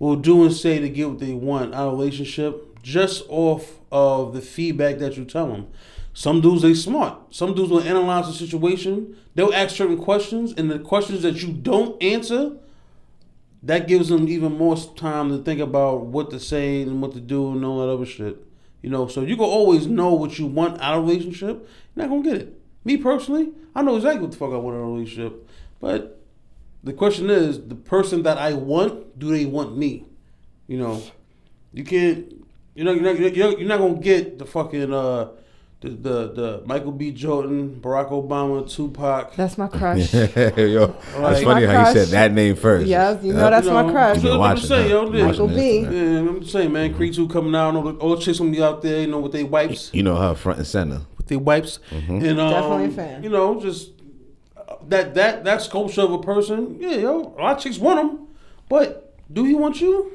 [SPEAKER 2] will do and say to get what they want out of a relationship just off of the feedback that you tell them. Some dudes they smart. Some dudes will analyze the situation. They'll ask certain questions, and the questions that you don't answer, that gives them even more time to think about what to say and what to do and all that other shit. You know, so you can always know what you want out of a relationship. You're not gonna get it. Me personally, I know exactly what the fuck I want out of a relationship, but the question is the person that I want, do they want me? You know, you can't. You know, you're not, you're not, you're not gonna get the fucking uh, the, the the Michael B. Jordan, Barack Obama, Tupac.
[SPEAKER 1] That's my crush.
[SPEAKER 3] Yo,
[SPEAKER 2] Like-
[SPEAKER 3] it's funny how
[SPEAKER 1] My
[SPEAKER 3] you
[SPEAKER 1] crush.
[SPEAKER 3] said that name first.
[SPEAKER 1] Yes, you know
[SPEAKER 3] Huh?
[SPEAKER 1] that's my
[SPEAKER 2] know,
[SPEAKER 1] crush.
[SPEAKER 3] You been
[SPEAKER 2] I'm
[SPEAKER 3] watching,
[SPEAKER 2] saying,
[SPEAKER 3] huh?
[SPEAKER 2] yo, this-
[SPEAKER 3] Watching
[SPEAKER 1] Michael B.
[SPEAKER 3] this, huh?
[SPEAKER 2] Yeah, I'm just saying, man. Creed two coming out. All the, all the chicks gonna be out there. You know, with their wipes,
[SPEAKER 3] You know her front and center.
[SPEAKER 2] with their wipes, and um,
[SPEAKER 1] Definitely a fan.
[SPEAKER 2] You know, just uh, that that that sculpture of a person. Yeah, yo, a lot of chicks want them, but do he want you?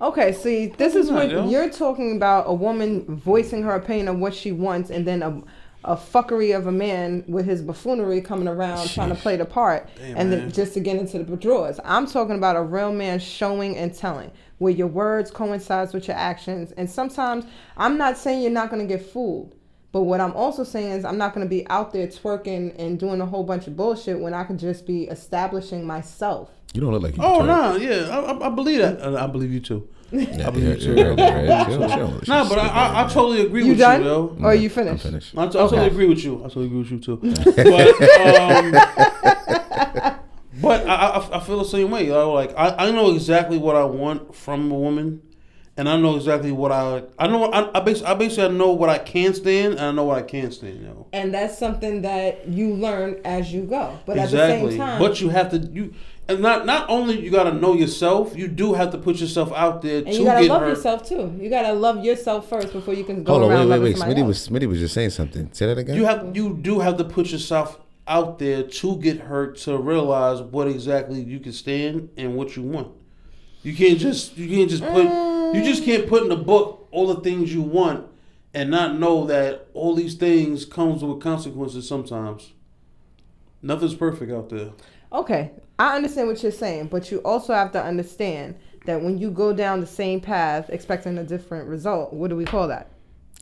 [SPEAKER 1] Okay, see, this is
[SPEAKER 2] Probably
[SPEAKER 1] what
[SPEAKER 2] not, yo.
[SPEAKER 1] you're talking about a woman voicing her opinion of what she wants and then a a fuckery of a man with his buffoonery coming around trying to
[SPEAKER 3] Sheesh.
[SPEAKER 1] play the part
[SPEAKER 2] Damn,
[SPEAKER 1] and
[SPEAKER 2] man.
[SPEAKER 1] then just to get into the drawers. I'm talking about a real man showing and telling where your words coincides with your actions and sometimes I'm not saying you're not going to get fooled, But what I'm also saying is I'm not going to be out there twerking and doing a whole bunch of bullshit when I could just be establishing myself.
[SPEAKER 3] You don't look like you.
[SPEAKER 2] Oh
[SPEAKER 3] twerk.
[SPEAKER 2] no, yeah, I, I- I believe that. Uh, I believe you too.
[SPEAKER 3] Yeah,
[SPEAKER 2] I believe
[SPEAKER 3] yeah,
[SPEAKER 2] you
[SPEAKER 3] yeah,
[SPEAKER 2] too.
[SPEAKER 3] yeah, yeah. Chill, chill.
[SPEAKER 2] Nah, but I, I, I totally agree
[SPEAKER 1] You
[SPEAKER 2] with
[SPEAKER 1] done?
[SPEAKER 2] you, yo.
[SPEAKER 1] Or you
[SPEAKER 3] I'm
[SPEAKER 1] finished?
[SPEAKER 3] finished.
[SPEAKER 2] I, t- I totally
[SPEAKER 1] Okay.
[SPEAKER 2] agree with you. I totally agree with you too. but um, but I, I, I feel the same way. You know, like I, I know exactly what I want from a woman, and I know exactly what I I know. I, I basically I basically know what I can stand, and I know what I can't stand. You know.
[SPEAKER 1] And that's something that you learn as you go. But at the
[SPEAKER 2] Exactly.
[SPEAKER 1] same time,
[SPEAKER 2] But you have to you and not not only you got to know yourself, you do have to put yourself out there
[SPEAKER 1] and
[SPEAKER 2] to
[SPEAKER 1] you gotta
[SPEAKER 2] get
[SPEAKER 1] love
[SPEAKER 2] her.
[SPEAKER 1] yourself too. You gotta love yourself first before you can go
[SPEAKER 3] Hold on, wait,
[SPEAKER 1] around
[SPEAKER 3] wait,
[SPEAKER 1] loving
[SPEAKER 3] wait.
[SPEAKER 1] somebody
[SPEAKER 3] Smitty
[SPEAKER 1] else.
[SPEAKER 3] was Smitty was just saying something. Say that again.
[SPEAKER 2] You have you do have to put yourself out there to get hurt to realize what exactly you can stand and what you want. You can't just you can't just put you just can't put in the book all the things you want and not know that all these things comes with consequences sometimes. Nothing's perfect out there.
[SPEAKER 1] Okay, I understand what you're saying, but you also have to understand that when you go down the same path expecting a different result, what do we call that?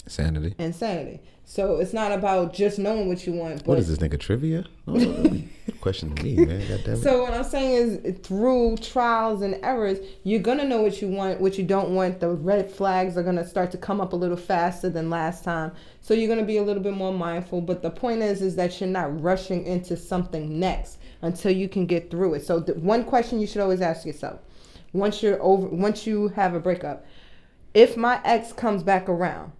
[SPEAKER 3] Sanity.
[SPEAKER 1] Insanity. So it's not about just knowing what you want. But
[SPEAKER 3] What is this nigga trivia? Oh, don't be questioning me, man. God damn it.
[SPEAKER 1] So what I'm saying is, through trials and errors, you're gonna know what you want, what you don't want. The red flags are gonna start to come up a little faster than last time. So you're gonna be a little bit more mindful. But the point is, is that you're not rushing into something next until you can get through it. So the one question you should always ask yourself, once you're over, once you have a breakup, if my ex comes back around,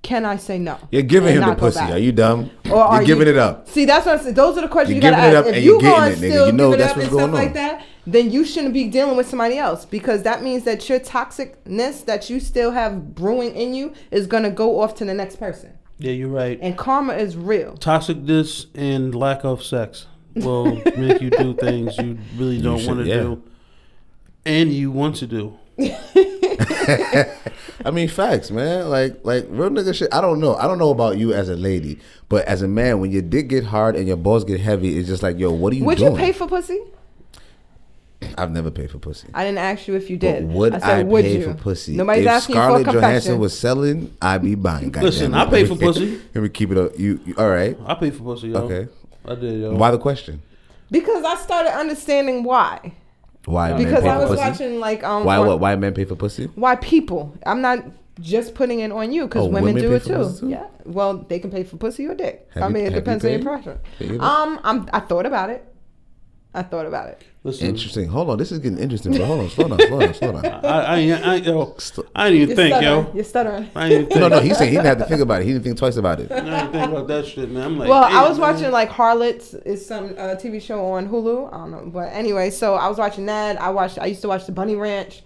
[SPEAKER 1] can I say no?
[SPEAKER 3] You're giving
[SPEAKER 1] and
[SPEAKER 3] him the
[SPEAKER 1] not go
[SPEAKER 3] pussy.
[SPEAKER 1] back?
[SPEAKER 3] Are you dumb?
[SPEAKER 1] Or are
[SPEAKER 3] you're giving
[SPEAKER 1] you-
[SPEAKER 3] it up.
[SPEAKER 1] See, that's what I'm saying. Those are the questions
[SPEAKER 3] You're
[SPEAKER 1] you gotta
[SPEAKER 3] giving it
[SPEAKER 1] ask.
[SPEAKER 3] up
[SPEAKER 1] If
[SPEAKER 3] and
[SPEAKER 1] you
[SPEAKER 3] you're getting
[SPEAKER 1] gonna
[SPEAKER 3] it, nigga.
[SPEAKER 1] still
[SPEAKER 3] You know
[SPEAKER 1] give it
[SPEAKER 3] that's
[SPEAKER 1] up
[SPEAKER 3] what's
[SPEAKER 1] and stuff
[SPEAKER 3] going
[SPEAKER 1] like
[SPEAKER 3] on.
[SPEAKER 1] that, then you shouldn't be dealing with somebody else because that means that your toxicness that you still have brewing in you is gonna go off to the next person.
[SPEAKER 2] Yeah, you're right.
[SPEAKER 1] And karma is real.
[SPEAKER 2] Toxicness and lack of sex will make you do things you really don't
[SPEAKER 3] should-
[SPEAKER 2] want to
[SPEAKER 3] yeah.
[SPEAKER 2] do and you want to do.
[SPEAKER 3] I mean, facts, man. Like, like real nigga shit. I don't know. I don't know about you as a lady, but as a man, when your dick get hard and your balls get heavy, it's just like, yo, what are you
[SPEAKER 1] Would
[SPEAKER 3] doing?
[SPEAKER 1] you pay for pussy?
[SPEAKER 3] I've never paid for pussy.
[SPEAKER 1] I didn't ask you if you
[SPEAKER 3] But
[SPEAKER 1] did.
[SPEAKER 3] would I,
[SPEAKER 1] said,
[SPEAKER 3] pay for pussy?
[SPEAKER 1] Nobody's
[SPEAKER 3] if
[SPEAKER 1] asking
[SPEAKER 3] Scarlett
[SPEAKER 1] you for a
[SPEAKER 3] Johansson
[SPEAKER 1] confession.
[SPEAKER 3] was selling, I'd be buying. goddamn
[SPEAKER 2] Listen,
[SPEAKER 3] it.
[SPEAKER 2] I pay for pussy.
[SPEAKER 3] Let me keep it up. You, you all right?
[SPEAKER 2] I paid for pussy, yo.
[SPEAKER 3] Okay.
[SPEAKER 2] I did, yo.
[SPEAKER 3] Why the question?
[SPEAKER 1] because I started understanding why.
[SPEAKER 3] Why men
[SPEAKER 1] Because
[SPEAKER 3] pay
[SPEAKER 1] I
[SPEAKER 3] for
[SPEAKER 1] was
[SPEAKER 3] pussy?
[SPEAKER 1] watching like um
[SPEAKER 3] why
[SPEAKER 1] on-
[SPEAKER 3] what? Why men pay for pussy?
[SPEAKER 1] why people. I'm not just putting it on you because
[SPEAKER 3] Oh,
[SPEAKER 1] women,
[SPEAKER 3] women
[SPEAKER 1] do
[SPEAKER 3] pay
[SPEAKER 1] it
[SPEAKER 3] for
[SPEAKER 1] too.
[SPEAKER 3] pussy too?
[SPEAKER 1] Yeah. Well, they can pay for pussy or dick.
[SPEAKER 3] Have
[SPEAKER 1] I
[SPEAKER 3] you-
[SPEAKER 1] mean,
[SPEAKER 3] have
[SPEAKER 1] it
[SPEAKER 3] you
[SPEAKER 1] depends on your
[SPEAKER 3] paid?
[SPEAKER 1] preference.
[SPEAKER 3] Paid?
[SPEAKER 1] Um, I'm, I thought about it. I thought about it.
[SPEAKER 2] Listen,
[SPEAKER 3] Interesting. Hold on, this is getting interesting. But hold on, slow down, slow down, slow down.
[SPEAKER 2] I, I, ain't- I, ain't- yo, I didn't even
[SPEAKER 1] You're
[SPEAKER 2] think,
[SPEAKER 1] stuttering.
[SPEAKER 2] yo.
[SPEAKER 1] You're stuttering.
[SPEAKER 2] I didn't even think.
[SPEAKER 3] No, no, he said he didn't have to think about it. He didn't think twice about it.
[SPEAKER 2] I didn't think about that shit, man. I'm like,
[SPEAKER 1] Well, I
[SPEAKER 2] damn,
[SPEAKER 1] was
[SPEAKER 2] man.
[SPEAKER 1] watching like Harlots is some uh, TV show on Hulu. I don't know, but anyway, so I was watching that. I watched. I used to watch The Bunny Ranch.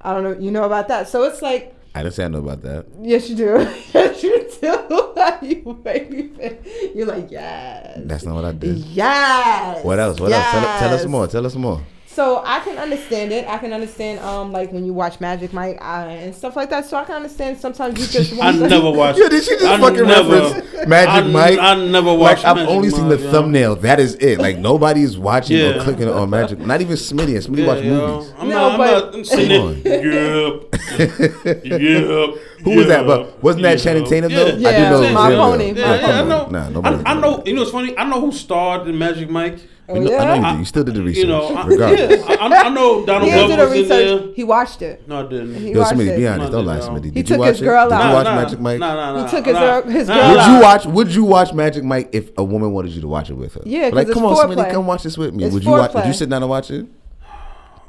[SPEAKER 1] I don't know. You know about that? So it's like
[SPEAKER 3] I didn't say I know about that.
[SPEAKER 1] Yes, you do. yes, you do. you baby face. You're like, yes.
[SPEAKER 3] That's not what I did.
[SPEAKER 1] Yes.
[SPEAKER 3] What else? What else? Tell, tell us
[SPEAKER 1] yes.
[SPEAKER 3] more. Tell us more.
[SPEAKER 1] So I can understand it. I can understand, um, like when you watch Magic Mike uh, and stuff like that. So I can understand sometimes you just
[SPEAKER 2] I
[SPEAKER 1] want. to-
[SPEAKER 2] never watched.
[SPEAKER 3] Yeah, did she just
[SPEAKER 2] I
[SPEAKER 3] fucking
[SPEAKER 2] never-
[SPEAKER 3] reference Magic
[SPEAKER 2] I,
[SPEAKER 3] Mike?
[SPEAKER 2] I never
[SPEAKER 3] Like
[SPEAKER 2] watched.
[SPEAKER 3] I've
[SPEAKER 2] Magic
[SPEAKER 3] only seen the
[SPEAKER 2] Mike, yo.
[SPEAKER 3] thumbnail. That is it. Like nobody's watching or
[SPEAKER 2] Yeah.
[SPEAKER 3] clicking on Magic. Not even Smitty. And Smitty
[SPEAKER 2] Yeah,
[SPEAKER 3] watch
[SPEAKER 2] yo.
[SPEAKER 3] movies.
[SPEAKER 2] I'm
[SPEAKER 1] No,
[SPEAKER 2] not,
[SPEAKER 1] but-
[SPEAKER 2] I'm not seeing it. Yep. yep.
[SPEAKER 3] Who was that? But wasn't that Channing Tatum though?
[SPEAKER 2] Yeah.
[SPEAKER 1] I do know it was
[SPEAKER 2] My
[SPEAKER 1] him, though.
[SPEAKER 2] pony.
[SPEAKER 1] My
[SPEAKER 2] Yeah, yeah, I
[SPEAKER 1] Pony.
[SPEAKER 2] know.
[SPEAKER 3] Nah, nobody-
[SPEAKER 2] I, I know. You know, it's funny. I know who starred in Magic Mike.
[SPEAKER 1] Oh,
[SPEAKER 3] You know- I
[SPEAKER 1] yeah.
[SPEAKER 3] know you, did. you still did the research.
[SPEAKER 2] You know, I,
[SPEAKER 3] regardless.
[SPEAKER 2] yeah, I, I know Donald
[SPEAKER 1] He didn't do
[SPEAKER 2] Glover
[SPEAKER 1] the
[SPEAKER 2] was in there.
[SPEAKER 1] research. He watched it.
[SPEAKER 2] No, I didn't.
[SPEAKER 1] He
[SPEAKER 3] Yo,
[SPEAKER 1] watched
[SPEAKER 3] Smitty,
[SPEAKER 1] it.
[SPEAKER 3] be honest. Don't lie,
[SPEAKER 2] No.
[SPEAKER 3] Smitty. Did
[SPEAKER 1] He
[SPEAKER 3] you
[SPEAKER 1] took
[SPEAKER 3] watch
[SPEAKER 1] his
[SPEAKER 3] it?
[SPEAKER 1] girl
[SPEAKER 3] Did
[SPEAKER 1] out.
[SPEAKER 3] you
[SPEAKER 1] Nah,
[SPEAKER 3] watch
[SPEAKER 2] nah,
[SPEAKER 3] Magic Mike?
[SPEAKER 2] Nah, nah, nah.
[SPEAKER 1] He took his
[SPEAKER 2] nah.
[SPEAKER 1] girl- his
[SPEAKER 2] Nah,
[SPEAKER 1] girl
[SPEAKER 2] nah.
[SPEAKER 3] Would you watch? Would you watch Magic Mike if a woman wanted you to watch it with her?
[SPEAKER 1] Yeah, 'cause
[SPEAKER 3] like
[SPEAKER 1] it's
[SPEAKER 3] come on,
[SPEAKER 1] foreplay.
[SPEAKER 3] Smitty, come watch this with me.
[SPEAKER 1] It's
[SPEAKER 3] would you watch?
[SPEAKER 1] foreplay.
[SPEAKER 3] Would you sit down and watch it?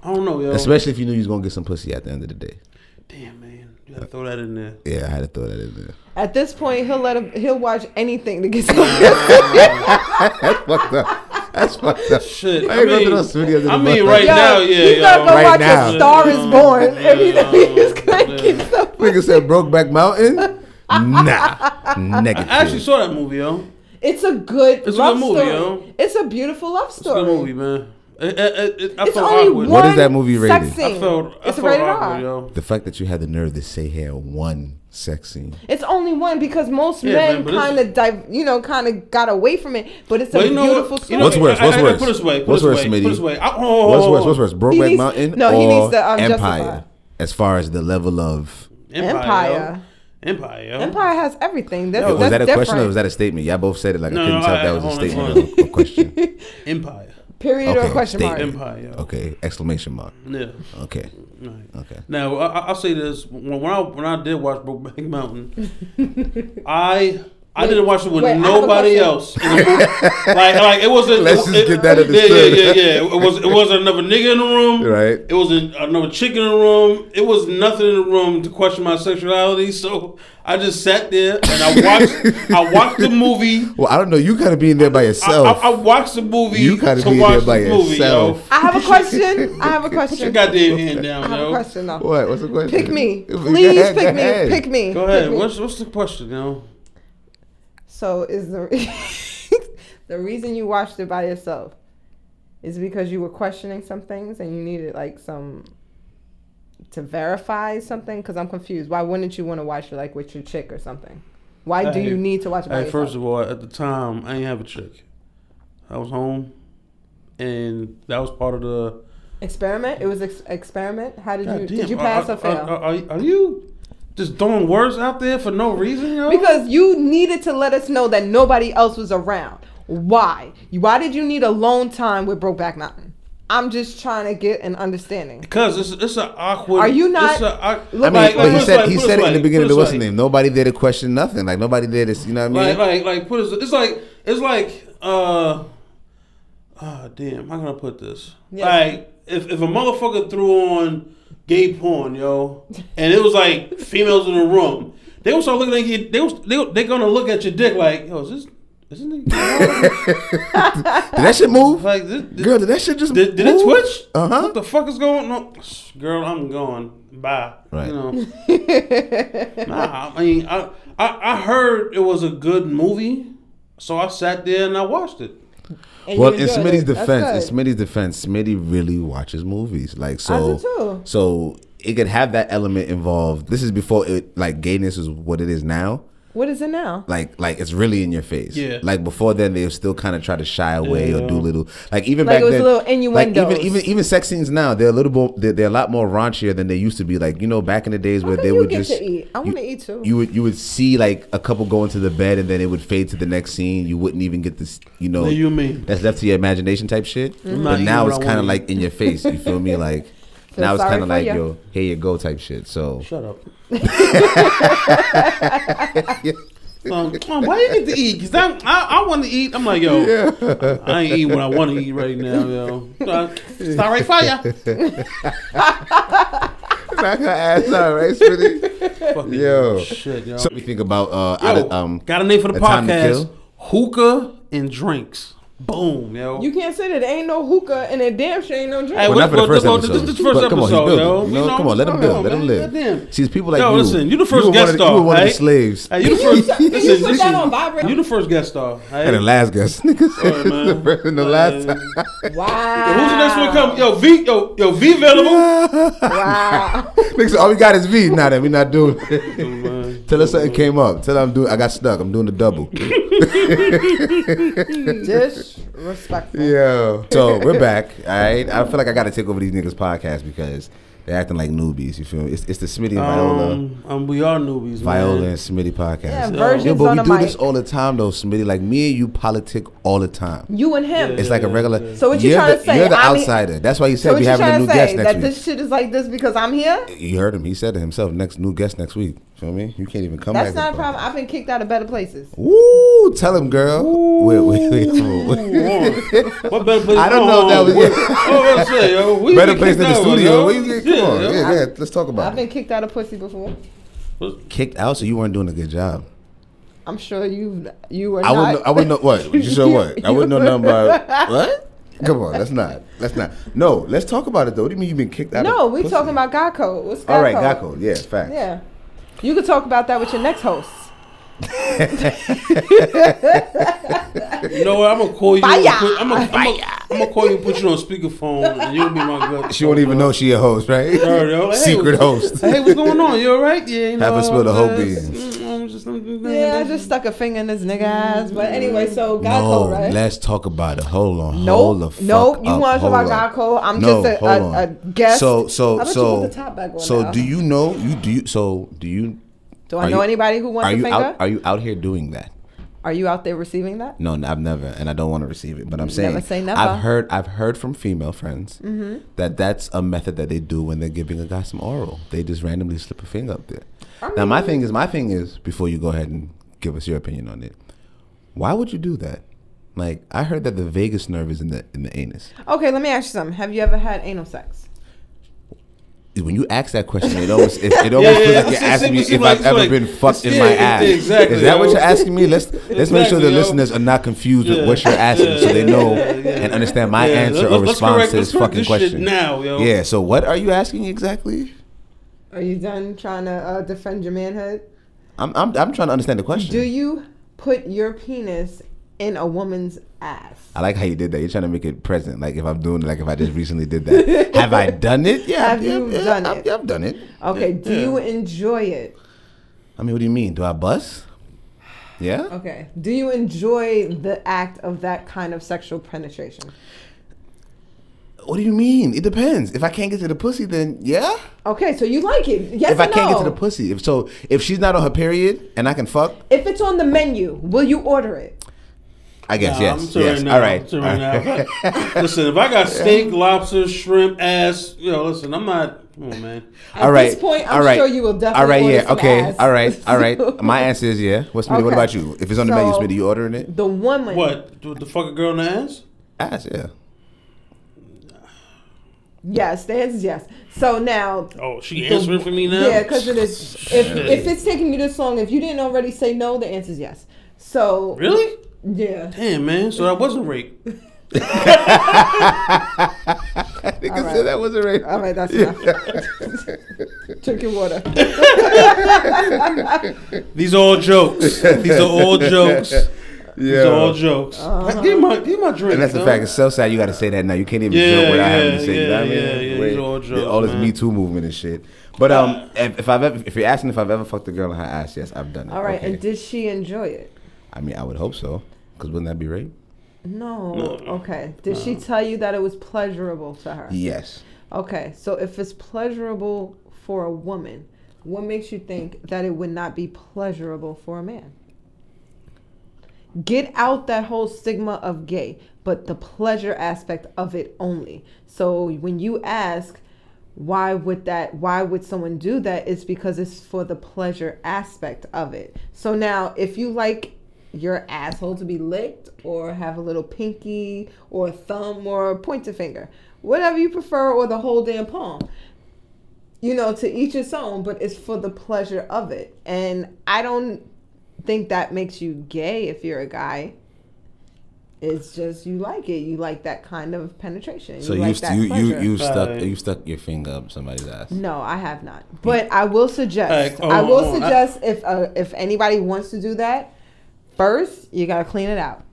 [SPEAKER 2] I don't know, yo.
[SPEAKER 3] Especially if you knew you was gonna get some pussy at the end of the day.
[SPEAKER 2] Damn, man. You gotta throw that in there.
[SPEAKER 3] Yeah, I had to throw that in there.
[SPEAKER 1] At this point, he'll let him. He'll watch anything to get some.
[SPEAKER 3] That's fucked up. That's fucked up.
[SPEAKER 2] Shit.
[SPEAKER 3] I
[SPEAKER 2] I
[SPEAKER 3] ain't gonna do
[SPEAKER 2] mean,
[SPEAKER 3] those videos
[SPEAKER 2] I
[SPEAKER 3] anymore.
[SPEAKER 2] mean right
[SPEAKER 1] Yo,
[SPEAKER 2] now, yeah.
[SPEAKER 1] he's
[SPEAKER 2] yo. Mm,
[SPEAKER 1] gonna go
[SPEAKER 3] Right
[SPEAKER 1] watch
[SPEAKER 3] now.
[SPEAKER 1] A Star Is Born. If he-
[SPEAKER 2] Yeah.
[SPEAKER 1] if he's gonna get
[SPEAKER 2] Yeah.
[SPEAKER 1] some.
[SPEAKER 3] Nigga said Brokeback Mountain. Nah, negative.
[SPEAKER 2] I actually saw that movie, yo.
[SPEAKER 1] It's a good
[SPEAKER 2] It's a
[SPEAKER 1] love
[SPEAKER 2] good movie,
[SPEAKER 1] story.
[SPEAKER 2] yo.
[SPEAKER 1] It's a beautiful love
[SPEAKER 2] It's a
[SPEAKER 1] story.
[SPEAKER 2] good movie, man. It, it, it, it, I
[SPEAKER 1] It's
[SPEAKER 2] felt
[SPEAKER 1] only
[SPEAKER 2] awkward.
[SPEAKER 1] one.
[SPEAKER 3] What is that movie rated?
[SPEAKER 1] Sex
[SPEAKER 3] I
[SPEAKER 1] scene.
[SPEAKER 2] I felt, I
[SPEAKER 1] it's
[SPEAKER 2] felt
[SPEAKER 1] rated
[SPEAKER 2] awkward,
[SPEAKER 1] R.
[SPEAKER 2] yo.
[SPEAKER 3] the fact that you had the nerve to say here one sex scene.
[SPEAKER 1] It's only one because most
[SPEAKER 2] Yeah, man,
[SPEAKER 1] men
[SPEAKER 2] but it's-
[SPEAKER 1] kind of dive, you know, kind of got away from it. But it's a
[SPEAKER 2] But you know
[SPEAKER 1] beautiful
[SPEAKER 2] what?
[SPEAKER 1] story.
[SPEAKER 2] You know,
[SPEAKER 3] What's
[SPEAKER 2] what?
[SPEAKER 3] worse?
[SPEAKER 2] I- I-
[SPEAKER 3] What's
[SPEAKER 2] I-
[SPEAKER 3] worse?
[SPEAKER 2] Put it this way. Put
[SPEAKER 3] What's
[SPEAKER 2] it
[SPEAKER 3] worse,
[SPEAKER 2] this way. Put
[SPEAKER 3] Smitty?
[SPEAKER 2] it this way. I- oh,
[SPEAKER 3] What's
[SPEAKER 2] oh,
[SPEAKER 3] worse?
[SPEAKER 2] oh,
[SPEAKER 3] What's worse? Brokeback
[SPEAKER 1] needs-
[SPEAKER 3] Mountain
[SPEAKER 1] no, he
[SPEAKER 3] or
[SPEAKER 1] needs to, um,
[SPEAKER 3] Empire?
[SPEAKER 1] justify.
[SPEAKER 3] As far as the level of
[SPEAKER 2] Empire.
[SPEAKER 1] Empire.
[SPEAKER 2] yo. Empire. Yo.
[SPEAKER 1] Empire has everything. That's,
[SPEAKER 2] Yo,
[SPEAKER 3] was
[SPEAKER 1] that's
[SPEAKER 3] that a
[SPEAKER 1] different.
[SPEAKER 3] question or was that a statement? Y'all both said it like
[SPEAKER 2] No,
[SPEAKER 3] I couldn't
[SPEAKER 2] no,
[SPEAKER 3] tell
[SPEAKER 2] I-
[SPEAKER 3] if that was
[SPEAKER 2] hold
[SPEAKER 3] a
[SPEAKER 2] on,
[SPEAKER 3] statement
[SPEAKER 2] hold
[SPEAKER 3] or a question.
[SPEAKER 2] Empire.
[SPEAKER 1] Period or
[SPEAKER 3] Okay,
[SPEAKER 1] question mark?
[SPEAKER 3] statement.
[SPEAKER 2] Empire. Yo.
[SPEAKER 3] Okay, exclamation mark.
[SPEAKER 2] Yeah.
[SPEAKER 3] Okay,
[SPEAKER 2] Right.
[SPEAKER 3] okay.
[SPEAKER 2] Now I, I- I'll say this: when, when I when I did watch Brokeback Mountain, I I didn't watch it with
[SPEAKER 1] wait, I have a
[SPEAKER 2] nobody
[SPEAKER 1] question.
[SPEAKER 2] else. like like it wasn't.
[SPEAKER 3] Let's
[SPEAKER 2] it,
[SPEAKER 3] just get that
[SPEAKER 2] it, yeah,
[SPEAKER 3] understood.
[SPEAKER 2] yeah, yeah, yeah. It was it was another nigga in the room.
[SPEAKER 3] Right.
[SPEAKER 2] It was an, another chick in the room. It was nothing in the room to question my sexuality. So I just sat there and I watched I watched the movie.
[SPEAKER 3] Well, I don't know. You gotta be in there
[SPEAKER 2] I,
[SPEAKER 3] by yourself.
[SPEAKER 2] I, I watched the movie.
[SPEAKER 3] You gotta
[SPEAKER 2] to
[SPEAKER 3] be
[SPEAKER 2] watch
[SPEAKER 3] there by
[SPEAKER 2] this movie,
[SPEAKER 3] yourself.
[SPEAKER 2] Yo.
[SPEAKER 1] I have a question. I have a
[SPEAKER 2] Put your
[SPEAKER 1] question. I
[SPEAKER 2] goddamn hand down,
[SPEAKER 1] have
[SPEAKER 2] yo.
[SPEAKER 1] a question though.
[SPEAKER 3] what? What's the question?
[SPEAKER 1] Pick me,
[SPEAKER 3] Go
[SPEAKER 1] please.
[SPEAKER 3] ahead,
[SPEAKER 1] pick
[SPEAKER 3] go
[SPEAKER 1] me.
[SPEAKER 3] ahead.
[SPEAKER 1] Pick me.
[SPEAKER 2] Go
[SPEAKER 1] pick
[SPEAKER 2] ahead.
[SPEAKER 1] me.
[SPEAKER 2] What's what's the question, yo?
[SPEAKER 1] So is the the reason you watched it by yourself is because you were questioning some things and you needed like some to verify something? Because I'm confused. Why wouldn't you want to watch it like with your chick or something? Why do
[SPEAKER 2] Hey,
[SPEAKER 1] you need to watch it by
[SPEAKER 2] Hey,
[SPEAKER 1] yourself?
[SPEAKER 2] first of all, at the time, I ain't have a chick. I was home, and that was part of the.
[SPEAKER 1] experiment. It was ex- experiment. How did you
[SPEAKER 2] Goddamn,
[SPEAKER 1] did you pass
[SPEAKER 2] are,
[SPEAKER 1] or fail?
[SPEAKER 2] Are, are, are- are you just throwing words out there for no reason, yo?
[SPEAKER 1] Because you needed to let us know that nobody else was around. Why? Why did you need alone time with Brokeback Mountain? I'm just trying to get an understanding.
[SPEAKER 2] because it's it's an awkward.
[SPEAKER 1] Are you not-
[SPEAKER 2] It's a, I,
[SPEAKER 3] I
[SPEAKER 1] Look
[SPEAKER 3] mean,
[SPEAKER 1] Like,
[SPEAKER 3] but
[SPEAKER 1] put
[SPEAKER 3] he
[SPEAKER 1] it
[SPEAKER 3] said he said it in the beginning of the what's the name. Nobody there to question nothing. Like nobody there to you know what I
[SPEAKER 2] Like like
[SPEAKER 3] mean.
[SPEAKER 2] like put it. It's like it's like uh. Ah damn! How can I put this?
[SPEAKER 1] Yeah.
[SPEAKER 2] Like if if a motherfucker threw on gay porn, yo, and it was like females in the room, they would start looking at you. They was they they gonna look at your dick like, yo, is this is this nigga?
[SPEAKER 3] Did that shit move?
[SPEAKER 2] like this, this-
[SPEAKER 3] Girl, did that shit just
[SPEAKER 2] did, did it
[SPEAKER 3] move?
[SPEAKER 2] twitch?
[SPEAKER 3] Uh huh.
[SPEAKER 2] What the fuck is going on? Girl, I'm gone. Bye.
[SPEAKER 3] Right.
[SPEAKER 2] You know. nah, I mean, I, I I heard it was a good movie, so I sat there and I watched it.
[SPEAKER 1] And you
[SPEAKER 3] Well, in
[SPEAKER 1] enjoyed
[SPEAKER 3] Smitty's
[SPEAKER 1] it. That's
[SPEAKER 3] defense, in
[SPEAKER 1] good.
[SPEAKER 3] Smitty's defense, Smitty really watches movies. Like
[SPEAKER 1] I do
[SPEAKER 3] so,
[SPEAKER 1] too.
[SPEAKER 3] so it could have that element involved. This is before it like gayness is what it is now.
[SPEAKER 1] what is it now?
[SPEAKER 3] Like like it's really in your face.
[SPEAKER 2] Yeah.
[SPEAKER 3] Like before then, they still kind of try to shy away or do
[SPEAKER 2] Yeah.
[SPEAKER 3] little like even
[SPEAKER 1] Like,
[SPEAKER 3] back
[SPEAKER 1] it was
[SPEAKER 3] then.
[SPEAKER 1] little
[SPEAKER 3] like even
[SPEAKER 1] innuendos.
[SPEAKER 3] even even sex scenes now they're a little more they're, they're a lot more raunchier than they used to be. Like you know back in the days where
[SPEAKER 1] How
[SPEAKER 3] they
[SPEAKER 1] come you
[SPEAKER 3] would
[SPEAKER 1] get
[SPEAKER 3] just
[SPEAKER 1] to eat? I
[SPEAKER 3] you-
[SPEAKER 1] want to eat too.
[SPEAKER 3] you would you would see like a couple go into the bed and then it would fade to the next scene. You wouldn't even get this, you know.
[SPEAKER 2] What do you mean?
[SPEAKER 3] That's left to your imagination type shit.
[SPEAKER 1] Mm-hmm.
[SPEAKER 2] Not
[SPEAKER 3] But
[SPEAKER 2] even
[SPEAKER 3] now
[SPEAKER 2] what
[SPEAKER 3] it's
[SPEAKER 2] I
[SPEAKER 3] kind of
[SPEAKER 2] wanna
[SPEAKER 3] like in your face. You feel me? Like
[SPEAKER 1] Feel
[SPEAKER 3] now it's
[SPEAKER 1] sorry
[SPEAKER 3] kind of
[SPEAKER 1] for
[SPEAKER 3] like
[SPEAKER 1] ya.
[SPEAKER 3] yo, here you go type shit. So
[SPEAKER 2] Shut up. um, Tom, why you get to eat? Because I, I, I want to eat. I'm like, yo, I ain't eat what I want to eat right now, yo. Uh, It's not right for ya.
[SPEAKER 3] knock her ass out, right, Smitty?
[SPEAKER 2] Fucking
[SPEAKER 3] Yo.
[SPEAKER 2] Shit, yo.
[SPEAKER 3] So we think about uh,
[SPEAKER 2] Yo,
[SPEAKER 3] out of, um,
[SPEAKER 2] got a name for the
[SPEAKER 3] A Time to
[SPEAKER 2] podcast.
[SPEAKER 3] Kill?
[SPEAKER 2] Hookah and drinks. Boom, yo.
[SPEAKER 1] You can't say that there ain't no hookah and it damn sure ain't no drink.
[SPEAKER 2] Hey,
[SPEAKER 3] well,
[SPEAKER 2] what-
[SPEAKER 3] not for the
[SPEAKER 2] what-
[SPEAKER 3] first
[SPEAKER 2] what-
[SPEAKER 3] episode.
[SPEAKER 2] this- this first
[SPEAKER 3] but come on, he's
[SPEAKER 2] episode,
[SPEAKER 3] building.
[SPEAKER 2] yo.
[SPEAKER 3] You
[SPEAKER 2] You know,
[SPEAKER 3] know, come on, let him
[SPEAKER 2] come
[SPEAKER 3] build,
[SPEAKER 2] on,
[SPEAKER 3] let him
[SPEAKER 2] man.
[SPEAKER 3] live.
[SPEAKER 2] Goddamn.
[SPEAKER 3] See, it's people like
[SPEAKER 2] Yo,
[SPEAKER 3] you.
[SPEAKER 2] listen, you the first
[SPEAKER 3] were
[SPEAKER 2] guest
[SPEAKER 3] one of the- You
[SPEAKER 2] star,
[SPEAKER 3] were one of the
[SPEAKER 2] right?
[SPEAKER 3] slaves.
[SPEAKER 2] Hey, you
[SPEAKER 1] You
[SPEAKER 2] the first.
[SPEAKER 1] put- you
[SPEAKER 2] listen,
[SPEAKER 1] put that on
[SPEAKER 2] listen.
[SPEAKER 1] vibrate.
[SPEAKER 2] You the first guest star. Hey,
[SPEAKER 3] And the last guest, niggas.
[SPEAKER 2] All right, man.
[SPEAKER 3] the first and the
[SPEAKER 2] Man.
[SPEAKER 3] last time.
[SPEAKER 1] wow.
[SPEAKER 2] Yo, Who's the next one come? Yo, V, yo, yo, V available.
[SPEAKER 1] Wow.
[SPEAKER 3] Niggas, all we got is V. Now that we not doing it.
[SPEAKER 2] Oh, man.
[SPEAKER 3] Tell us something came up. Tell them I'm doing. I got stuck. I'm doing the double.
[SPEAKER 1] Disrespectful.
[SPEAKER 3] Yeah. So we're back. All right. I feel like I got to take over these niggas' podcast because they're acting like newbies. You feel me? It's, it's the Smitty and Viola,
[SPEAKER 2] Um, um, we are newbies,
[SPEAKER 3] Viola
[SPEAKER 2] man.
[SPEAKER 3] and Smitty podcast.
[SPEAKER 1] Yeah,
[SPEAKER 3] Yo,
[SPEAKER 1] versions
[SPEAKER 3] but
[SPEAKER 1] on
[SPEAKER 3] we
[SPEAKER 1] a
[SPEAKER 3] do this
[SPEAKER 1] mic.
[SPEAKER 3] all the time though, Smitty. Like me and you politic all the time.
[SPEAKER 1] You and him.
[SPEAKER 3] It's like a regular.
[SPEAKER 1] So what you
[SPEAKER 3] You're
[SPEAKER 1] tryna
[SPEAKER 3] the,
[SPEAKER 1] say?
[SPEAKER 3] You're the
[SPEAKER 1] I mean-
[SPEAKER 3] outsider. That's why you said
[SPEAKER 1] so what
[SPEAKER 3] we
[SPEAKER 1] you
[SPEAKER 3] having a
[SPEAKER 1] trying
[SPEAKER 3] new
[SPEAKER 1] to
[SPEAKER 3] guest
[SPEAKER 1] say?
[SPEAKER 3] next
[SPEAKER 1] That
[SPEAKER 3] week.
[SPEAKER 1] this shit is like this because I'm here?
[SPEAKER 3] you heard him. He said it himself. Next new guest next week. Feel me? You can't even come.
[SPEAKER 1] That's
[SPEAKER 3] back
[SPEAKER 1] not
[SPEAKER 3] to
[SPEAKER 1] a
[SPEAKER 3] the
[SPEAKER 1] problem. I've been kicked out of better places.
[SPEAKER 3] podcast. Ooh, tell him, girl. Wait, wait, wait.
[SPEAKER 2] Ooh, hold on. what better place?
[SPEAKER 3] I don't know if that was-
[SPEAKER 2] What, what I'm saying, yo. We
[SPEAKER 3] Better
[SPEAKER 2] can
[SPEAKER 3] place
[SPEAKER 2] kick
[SPEAKER 3] than the
[SPEAKER 2] that one,
[SPEAKER 3] studio.
[SPEAKER 2] yo.
[SPEAKER 3] Where you get? Come on.
[SPEAKER 2] yo.
[SPEAKER 3] Yeah, yeah, Let's talk about
[SPEAKER 1] I've
[SPEAKER 3] it.
[SPEAKER 1] been kicked out of pussy before.
[SPEAKER 3] kicked out, so you weren't doing a good job.
[SPEAKER 1] I'm sure you you were
[SPEAKER 3] I
[SPEAKER 1] not.
[SPEAKER 3] wouldn't. Know, I wouldn't know what. You sure what? I wouldn't know nothing about what. Come on, let's not. Let's not. No, let's talk about it though. What do you mean you've been kicked out?
[SPEAKER 1] no,
[SPEAKER 3] of
[SPEAKER 1] we
[SPEAKER 3] pussy?
[SPEAKER 1] talking about God code. What's God
[SPEAKER 3] All right,
[SPEAKER 1] code?
[SPEAKER 3] Gakko. Yeah, fact.
[SPEAKER 1] Yeah, you could talk about that with your next host.
[SPEAKER 2] You know what? I'm gonna call you.
[SPEAKER 1] Fire.
[SPEAKER 2] I'm gonna, I'm gonna, I'm gonna call you. Put you on speakerphone, and you'll be my girl.
[SPEAKER 3] She won't even know she a host, right?
[SPEAKER 2] Word, yo. Hey,
[SPEAKER 3] Secret host.
[SPEAKER 2] Hey, what's going on? You all right? Yeah. You know,
[SPEAKER 3] Have her spill the whole
[SPEAKER 2] I'm just-
[SPEAKER 3] beans.
[SPEAKER 2] mm, I'm just- I'm-
[SPEAKER 1] Yeah, I just stuck a finger in this nigga ass. But anyway, so God
[SPEAKER 3] No,
[SPEAKER 1] code, right?
[SPEAKER 3] let's talk about it. Hold on. Hold the
[SPEAKER 1] Nope,
[SPEAKER 3] fuck
[SPEAKER 1] nope. You
[SPEAKER 3] up.
[SPEAKER 1] want to talk
[SPEAKER 3] Hold
[SPEAKER 1] about
[SPEAKER 3] up.
[SPEAKER 1] God code? I'm
[SPEAKER 3] No,
[SPEAKER 1] just a,
[SPEAKER 3] hold on.
[SPEAKER 1] a, a guest.
[SPEAKER 3] So so
[SPEAKER 1] I bet you
[SPEAKER 3] so
[SPEAKER 1] put the top back on
[SPEAKER 3] so
[SPEAKER 1] now.
[SPEAKER 3] do you know you do you so do you
[SPEAKER 1] Do I
[SPEAKER 3] Are
[SPEAKER 1] know
[SPEAKER 3] you-
[SPEAKER 1] anybody who wants
[SPEAKER 3] Are
[SPEAKER 1] a
[SPEAKER 3] you
[SPEAKER 1] finger?
[SPEAKER 3] out? Are you out here doing that?
[SPEAKER 1] Are you out there receiving that?
[SPEAKER 3] No, I've never, and I don't want to receive it. But I'm saying,
[SPEAKER 1] say never. Mm-hmm.
[SPEAKER 3] I've heard, I've heard from female friends that that's a method that they do when they're giving a guy some oral. They just randomly slip a finger up there. now, my thing is, my thing is, before you go ahead and give us your opinion on it, why would you do that? Like, I heard that the vagus nerve is in the in the anus.
[SPEAKER 1] Okay, let me ask you something. Have you ever had anal sex?
[SPEAKER 3] When you ask that question, it almost it, it almost feels
[SPEAKER 2] yeah,
[SPEAKER 3] like
[SPEAKER 2] it's-
[SPEAKER 3] you're
[SPEAKER 2] it's-
[SPEAKER 3] asking me
[SPEAKER 2] it's
[SPEAKER 3] if
[SPEAKER 2] like-
[SPEAKER 3] I've ever
[SPEAKER 2] like-
[SPEAKER 3] been fucked in
[SPEAKER 2] yeah,
[SPEAKER 3] my
[SPEAKER 2] yeah,
[SPEAKER 3] ass.
[SPEAKER 2] exactly,
[SPEAKER 3] Is that what
[SPEAKER 2] yo.
[SPEAKER 3] you're asking me? Let's let's make sure
[SPEAKER 2] Exactly,
[SPEAKER 3] the
[SPEAKER 2] yo.
[SPEAKER 3] listeners are not confused with what you're
[SPEAKER 2] Yeah,
[SPEAKER 3] asking, so they
[SPEAKER 2] yeah,
[SPEAKER 3] know
[SPEAKER 2] yeah, yeah.
[SPEAKER 3] and understand my
[SPEAKER 2] Yeah,
[SPEAKER 3] answer
[SPEAKER 2] let-
[SPEAKER 3] or
[SPEAKER 2] let's
[SPEAKER 3] response
[SPEAKER 2] correct-
[SPEAKER 3] to
[SPEAKER 2] let's
[SPEAKER 3] this
[SPEAKER 2] correct
[SPEAKER 3] fucking
[SPEAKER 2] this shit
[SPEAKER 3] question.
[SPEAKER 2] now, yo.
[SPEAKER 3] Yeah. So what are you asking exactly?
[SPEAKER 1] Are you done trying to uh, defend your manhood?
[SPEAKER 3] I'm I'm I'm trying to understand the question.
[SPEAKER 1] Do you put your penis in a woman's ass?
[SPEAKER 3] I like how you did that. You're trying to make it present. Like if I'm doing, like if I just recently did that. Have I done it? Yeah.
[SPEAKER 1] Have
[SPEAKER 3] yeah,
[SPEAKER 1] you
[SPEAKER 3] yeah,
[SPEAKER 1] done
[SPEAKER 3] I've,
[SPEAKER 1] it?
[SPEAKER 3] yeah, I've done it.
[SPEAKER 1] Okay, do
[SPEAKER 2] Yeah.
[SPEAKER 1] you enjoy it?
[SPEAKER 3] I mean, what do you mean? Do I bust? Yeah.
[SPEAKER 1] Okay, do you enjoy the act of that kind of sexual penetration?
[SPEAKER 3] What do you mean? It depends. If I can't get to the pussy, then yeah.
[SPEAKER 1] Okay, so you like it? Yes
[SPEAKER 3] if I
[SPEAKER 1] or
[SPEAKER 3] can't get to
[SPEAKER 1] no?
[SPEAKER 3] the pussy, if so, if she's not on her period and I can fuck,
[SPEAKER 1] If it's on the menu, will you order it?
[SPEAKER 3] I guess
[SPEAKER 2] Nah,
[SPEAKER 3] yes,
[SPEAKER 2] I'm
[SPEAKER 3] yes.
[SPEAKER 2] now.
[SPEAKER 3] All right,
[SPEAKER 2] I'm sorry
[SPEAKER 3] All right.
[SPEAKER 2] now. listen, if I got steak, lobster, shrimp, ass, you know, listen, I'm not. Come on, man.
[SPEAKER 1] At
[SPEAKER 3] all right.
[SPEAKER 1] this point, I'm
[SPEAKER 3] all right.
[SPEAKER 1] sure you will definitely
[SPEAKER 3] All right,
[SPEAKER 1] order
[SPEAKER 3] yeah,
[SPEAKER 1] some
[SPEAKER 3] okay,
[SPEAKER 1] ass.
[SPEAKER 3] all right, all right. My answer is yeah. What's Smitty,
[SPEAKER 1] Okay.
[SPEAKER 3] What about you? If it's on the menu,
[SPEAKER 1] So-
[SPEAKER 3] Smitty, you ordering it?
[SPEAKER 1] The woman.
[SPEAKER 2] What? Do the fuck a girl in the ass?
[SPEAKER 3] Ass, yeah.
[SPEAKER 1] Yes, the answer is yes. So now.
[SPEAKER 2] Oh, she answering for me now?
[SPEAKER 1] Yeah, because it is. If, if it's taking you this long, if you didn't already say no, the answer is yes. So.
[SPEAKER 2] Really?
[SPEAKER 1] Yeah.
[SPEAKER 2] Damn, man. So that wasn't rape.
[SPEAKER 3] I think
[SPEAKER 1] All
[SPEAKER 3] I
[SPEAKER 1] right.
[SPEAKER 3] said that wasn't right.
[SPEAKER 1] All right, that's enough. Drink your water.
[SPEAKER 2] These are all jokes. These are all jokes. These are all
[SPEAKER 3] Yeah.
[SPEAKER 2] jokes.
[SPEAKER 1] Uh-huh.
[SPEAKER 2] Give my, give my drink.
[SPEAKER 3] And that's the
[SPEAKER 2] yo.
[SPEAKER 3] fact. It's so sad you got to say that now. You can't even
[SPEAKER 2] Yeah,
[SPEAKER 3] joke without having
[SPEAKER 2] yeah,
[SPEAKER 3] to say. you know what
[SPEAKER 2] yeah,
[SPEAKER 3] I mean?
[SPEAKER 2] yeah, yeah.
[SPEAKER 3] Wait,
[SPEAKER 2] These are all jokes,
[SPEAKER 3] all this
[SPEAKER 2] man.
[SPEAKER 3] Me Too movement and shit. But um, if, if I've ever, if you're asking if I've ever fucked a girl in her ass, yes, I've done it.
[SPEAKER 1] All right,
[SPEAKER 3] Okay.
[SPEAKER 1] and did she enjoy it?
[SPEAKER 3] I mean, I would hope so, because wouldn't that be rape?
[SPEAKER 1] No. Okay. Did she tell you that it was pleasurable to her?
[SPEAKER 3] Yes.
[SPEAKER 1] Okay, so if it's pleasurable for a woman, what makes you think that it would not be pleasurable for a man? Get out that whole stigma of gay, but the pleasure aspect of it only. So when you ask why would that why would someone do that it's because it's for the pleasure aspect of it. So now if you like your asshole to be licked or have a little pinky or thumb or pointer finger, whatever you prefer or the whole damn palm you know, to each its own, but it's for the pleasure of it. And I don't think that makes you gay if you're a guy. It's just you like it. You like that kind of penetration.
[SPEAKER 3] So
[SPEAKER 1] you
[SPEAKER 3] you
[SPEAKER 1] like
[SPEAKER 3] st-
[SPEAKER 1] that
[SPEAKER 3] you, you
[SPEAKER 1] pleasure.
[SPEAKER 3] you stuck
[SPEAKER 2] Right.
[SPEAKER 3] you stuck your finger up somebody's ass.
[SPEAKER 1] No, I have not. But I will suggest.
[SPEAKER 2] Like, oh,
[SPEAKER 1] I will
[SPEAKER 2] oh, I-
[SPEAKER 1] suggest if uh, if anybody wants to do that, first you gotta clean it out.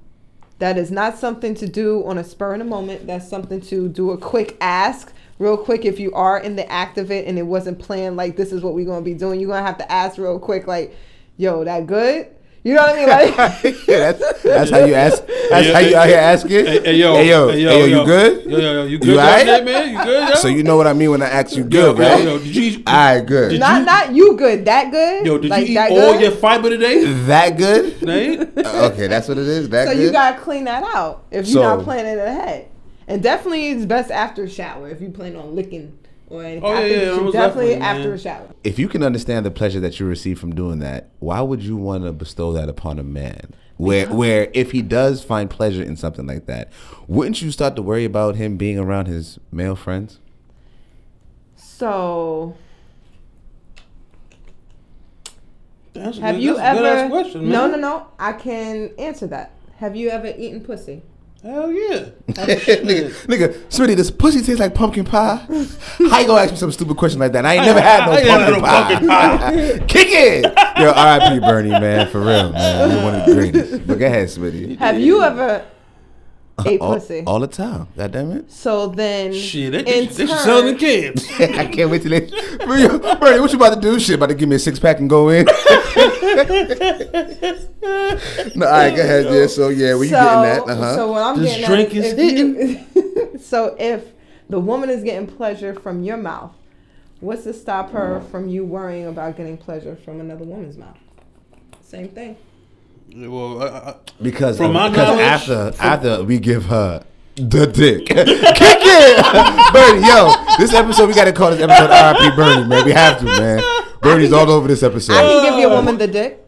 [SPEAKER 1] That is not something to do on a spur in a moment. That's something to do a quick ask, real quick. If you are in the act of it and it wasn't planned, like this is what we're gonna be doing, you're gonna have to ask real quick, like, "Yo, that good?" You know what I mean? Like,
[SPEAKER 3] yeah, that's, that's how you ask. That's
[SPEAKER 2] Yeah,
[SPEAKER 3] how you
[SPEAKER 2] yeah,
[SPEAKER 3] out here
[SPEAKER 2] yeah.
[SPEAKER 3] asking.
[SPEAKER 2] Hey, hey, yo,
[SPEAKER 3] hey yo,
[SPEAKER 2] hey,
[SPEAKER 3] hey,
[SPEAKER 2] yo,
[SPEAKER 3] yo,
[SPEAKER 2] yo.
[SPEAKER 3] you good?
[SPEAKER 2] Yo, yo, yo, you good
[SPEAKER 3] You
[SPEAKER 2] down
[SPEAKER 3] alright?
[SPEAKER 2] there, man? You good, yo?
[SPEAKER 3] So you know what I mean when I ask you good,
[SPEAKER 2] yo,
[SPEAKER 3] right?
[SPEAKER 2] yo, did you-
[SPEAKER 3] All right, good.
[SPEAKER 1] not not you good, that good.
[SPEAKER 2] Yo, did
[SPEAKER 1] like,
[SPEAKER 2] you eat all
[SPEAKER 1] that good?
[SPEAKER 2] your fiber today?
[SPEAKER 3] that good?
[SPEAKER 2] Nate?
[SPEAKER 3] okay, that's what it is. That
[SPEAKER 1] So
[SPEAKER 3] good.
[SPEAKER 1] you gotta clean that out if you're
[SPEAKER 3] So-
[SPEAKER 1] not planning it ahead. And definitely it's best after a shower if you plan on licking or anything.
[SPEAKER 2] Oh,
[SPEAKER 1] I
[SPEAKER 2] yeah,
[SPEAKER 1] think
[SPEAKER 2] yeah,
[SPEAKER 1] you should
[SPEAKER 2] most
[SPEAKER 1] definitely,
[SPEAKER 2] definitely,
[SPEAKER 1] after
[SPEAKER 2] man.
[SPEAKER 1] a shower.
[SPEAKER 3] if you can understand the pleasure that you receive from doing that, why would you want to bestow that upon a man? Where, where if he does find pleasure in something like that, wouldn't you start to worry about him being around his male friends?
[SPEAKER 1] So
[SPEAKER 2] That's a
[SPEAKER 1] have
[SPEAKER 2] good-
[SPEAKER 1] you
[SPEAKER 2] that's a good
[SPEAKER 1] ever
[SPEAKER 2] ass question,
[SPEAKER 1] No no
[SPEAKER 2] man.
[SPEAKER 1] no. I can answer that. Have you ever eaten pussy?
[SPEAKER 2] Hell yeah.
[SPEAKER 3] nigga, nigga, Smitty, this pussy tastes like pumpkin pie. How you gonna ask me some stupid question like that? I ain't never had no
[SPEAKER 2] I ain't had
[SPEAKER 3] pumpkin
[SPEAKER 2] no
[SPEAKER 3] pie.
[SPEAKER 2] pumpkin pie.
[SPEAKER 3] Kick it, yo. R.I.P. Bernie, man, for real, man. You one of the greatest. But go ahead, Smitty.
[SPEAKER 1] Have you ever ate
[SPEAKER 3] All,
[SPEAKER 1] pussy?
[SPEAKER 3] all the time. God damn it.
[SPEAKER 1] so then
[SPEAKER 2] Shit, they,
[SPEAKER 1] in
[SPEAKER 2] they, should
[SPEAKER 1] turn-
[SPEAKER 2] sell the kids.
[SPEAKER 3] I can't wait till they. Yo, Bernie, what you about to do? Shit, about to give me a six pack and go in. no, all right, go ahead. Yeah, so yeah, were you getting that? Uh huh.
[SPEAKER 1] So what I'm
[SPEAKER 2] This
[SPEAKER 1] getting
[SPEAKER 2] drink
[SPEAKER 1] at is
[SPEAKER 2] is
[SPEAKER 1] if you- so if the woman is getting pleasure from your mouth, What's to stop her
[SPEAKER 3] Mm.
[SPEAKER 1] from you worrying about getting pleasure from another woman's mouth? Same thing.
[SPEAKER 2] Yeah, Well, I, I,
[SPEAKER 3] Because
[SPEAKER 2] From my
[SPEAKER 3] because
[SPEAKER 2] knowledge-
[SPEAKER 3] after after we give her the dick, kick it, Bernie. Yo, this episode we gotta call this episode R.I.P. Bernie, man. We have to, man. Bernie's all over this
[SPEAKER 1] I
[SPEAKER 2] Uh,
[SPEAKER 3] episode.
[SPEAKER 1] can give you a woman the dick.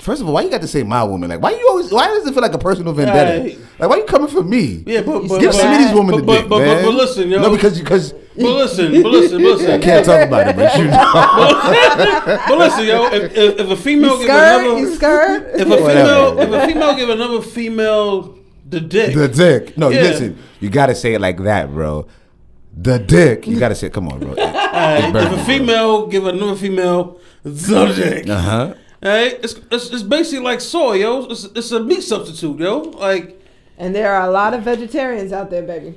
[SPEAKER 3] First of all, why you got to say my woman? Like, why you always? Why does it feel like a personal vendetta?
[SPEAKER 2] Right.
[SPEAKER 3] Like, why you coming for me?
[SPEAKER 2] yeah, but, but,
[SPEAKER 3] Give
[SPEAKER 2] but,
[SPEAKER 3] some of these women
[SPEAKER 2] but,
[SPEAKER 3] the
[SPEAKER 2] but,
[SPEAKER 3] dick,
[SPEAKER 2] but,
[SPEAKER 3] man.
[SPEAKER 2] But, but listen, yo.
[SPEAKER 3] no, because because
[SPEAKER 2] but listen, but listen, but
[SPEAKER 3] I
[SPEAKER 2] listen.
[SPEAKER 3] can't talk about it. But you know,
[SPEAKER 2] But listen, yo. If, if, if a female
[SPEAKER 1] You
[SPEAKER 2] give
[SPEAKER 1] scared? You
[SPEAKER 2] another,
[SPEAKER 1] scared?
[SPEAKER 2] if a female, if a female give another female the dick,
[SPEAKER 3] the dick. No,
[SPEAKER 2] Yeah.
[SPEAKER 3] listen, you gotta say it like that, bro. The dick. You gotta say, come on, bro. Uh
[SPEAKER 2] Alright,
[SPEAKER 3] Burn
[SPEAKER 2] if a
[SPEAKER 3] it.
[SPEAKER 2] female give another female the dick,
[SPEAKER 3] huh.
[SPEAKER 2] alright, it's, it's, it's basically like soy, yo. It's, it's a meat substitute, yo. Like,
[SPEAKER 1] And there are a lot of vegetarians out there, baby.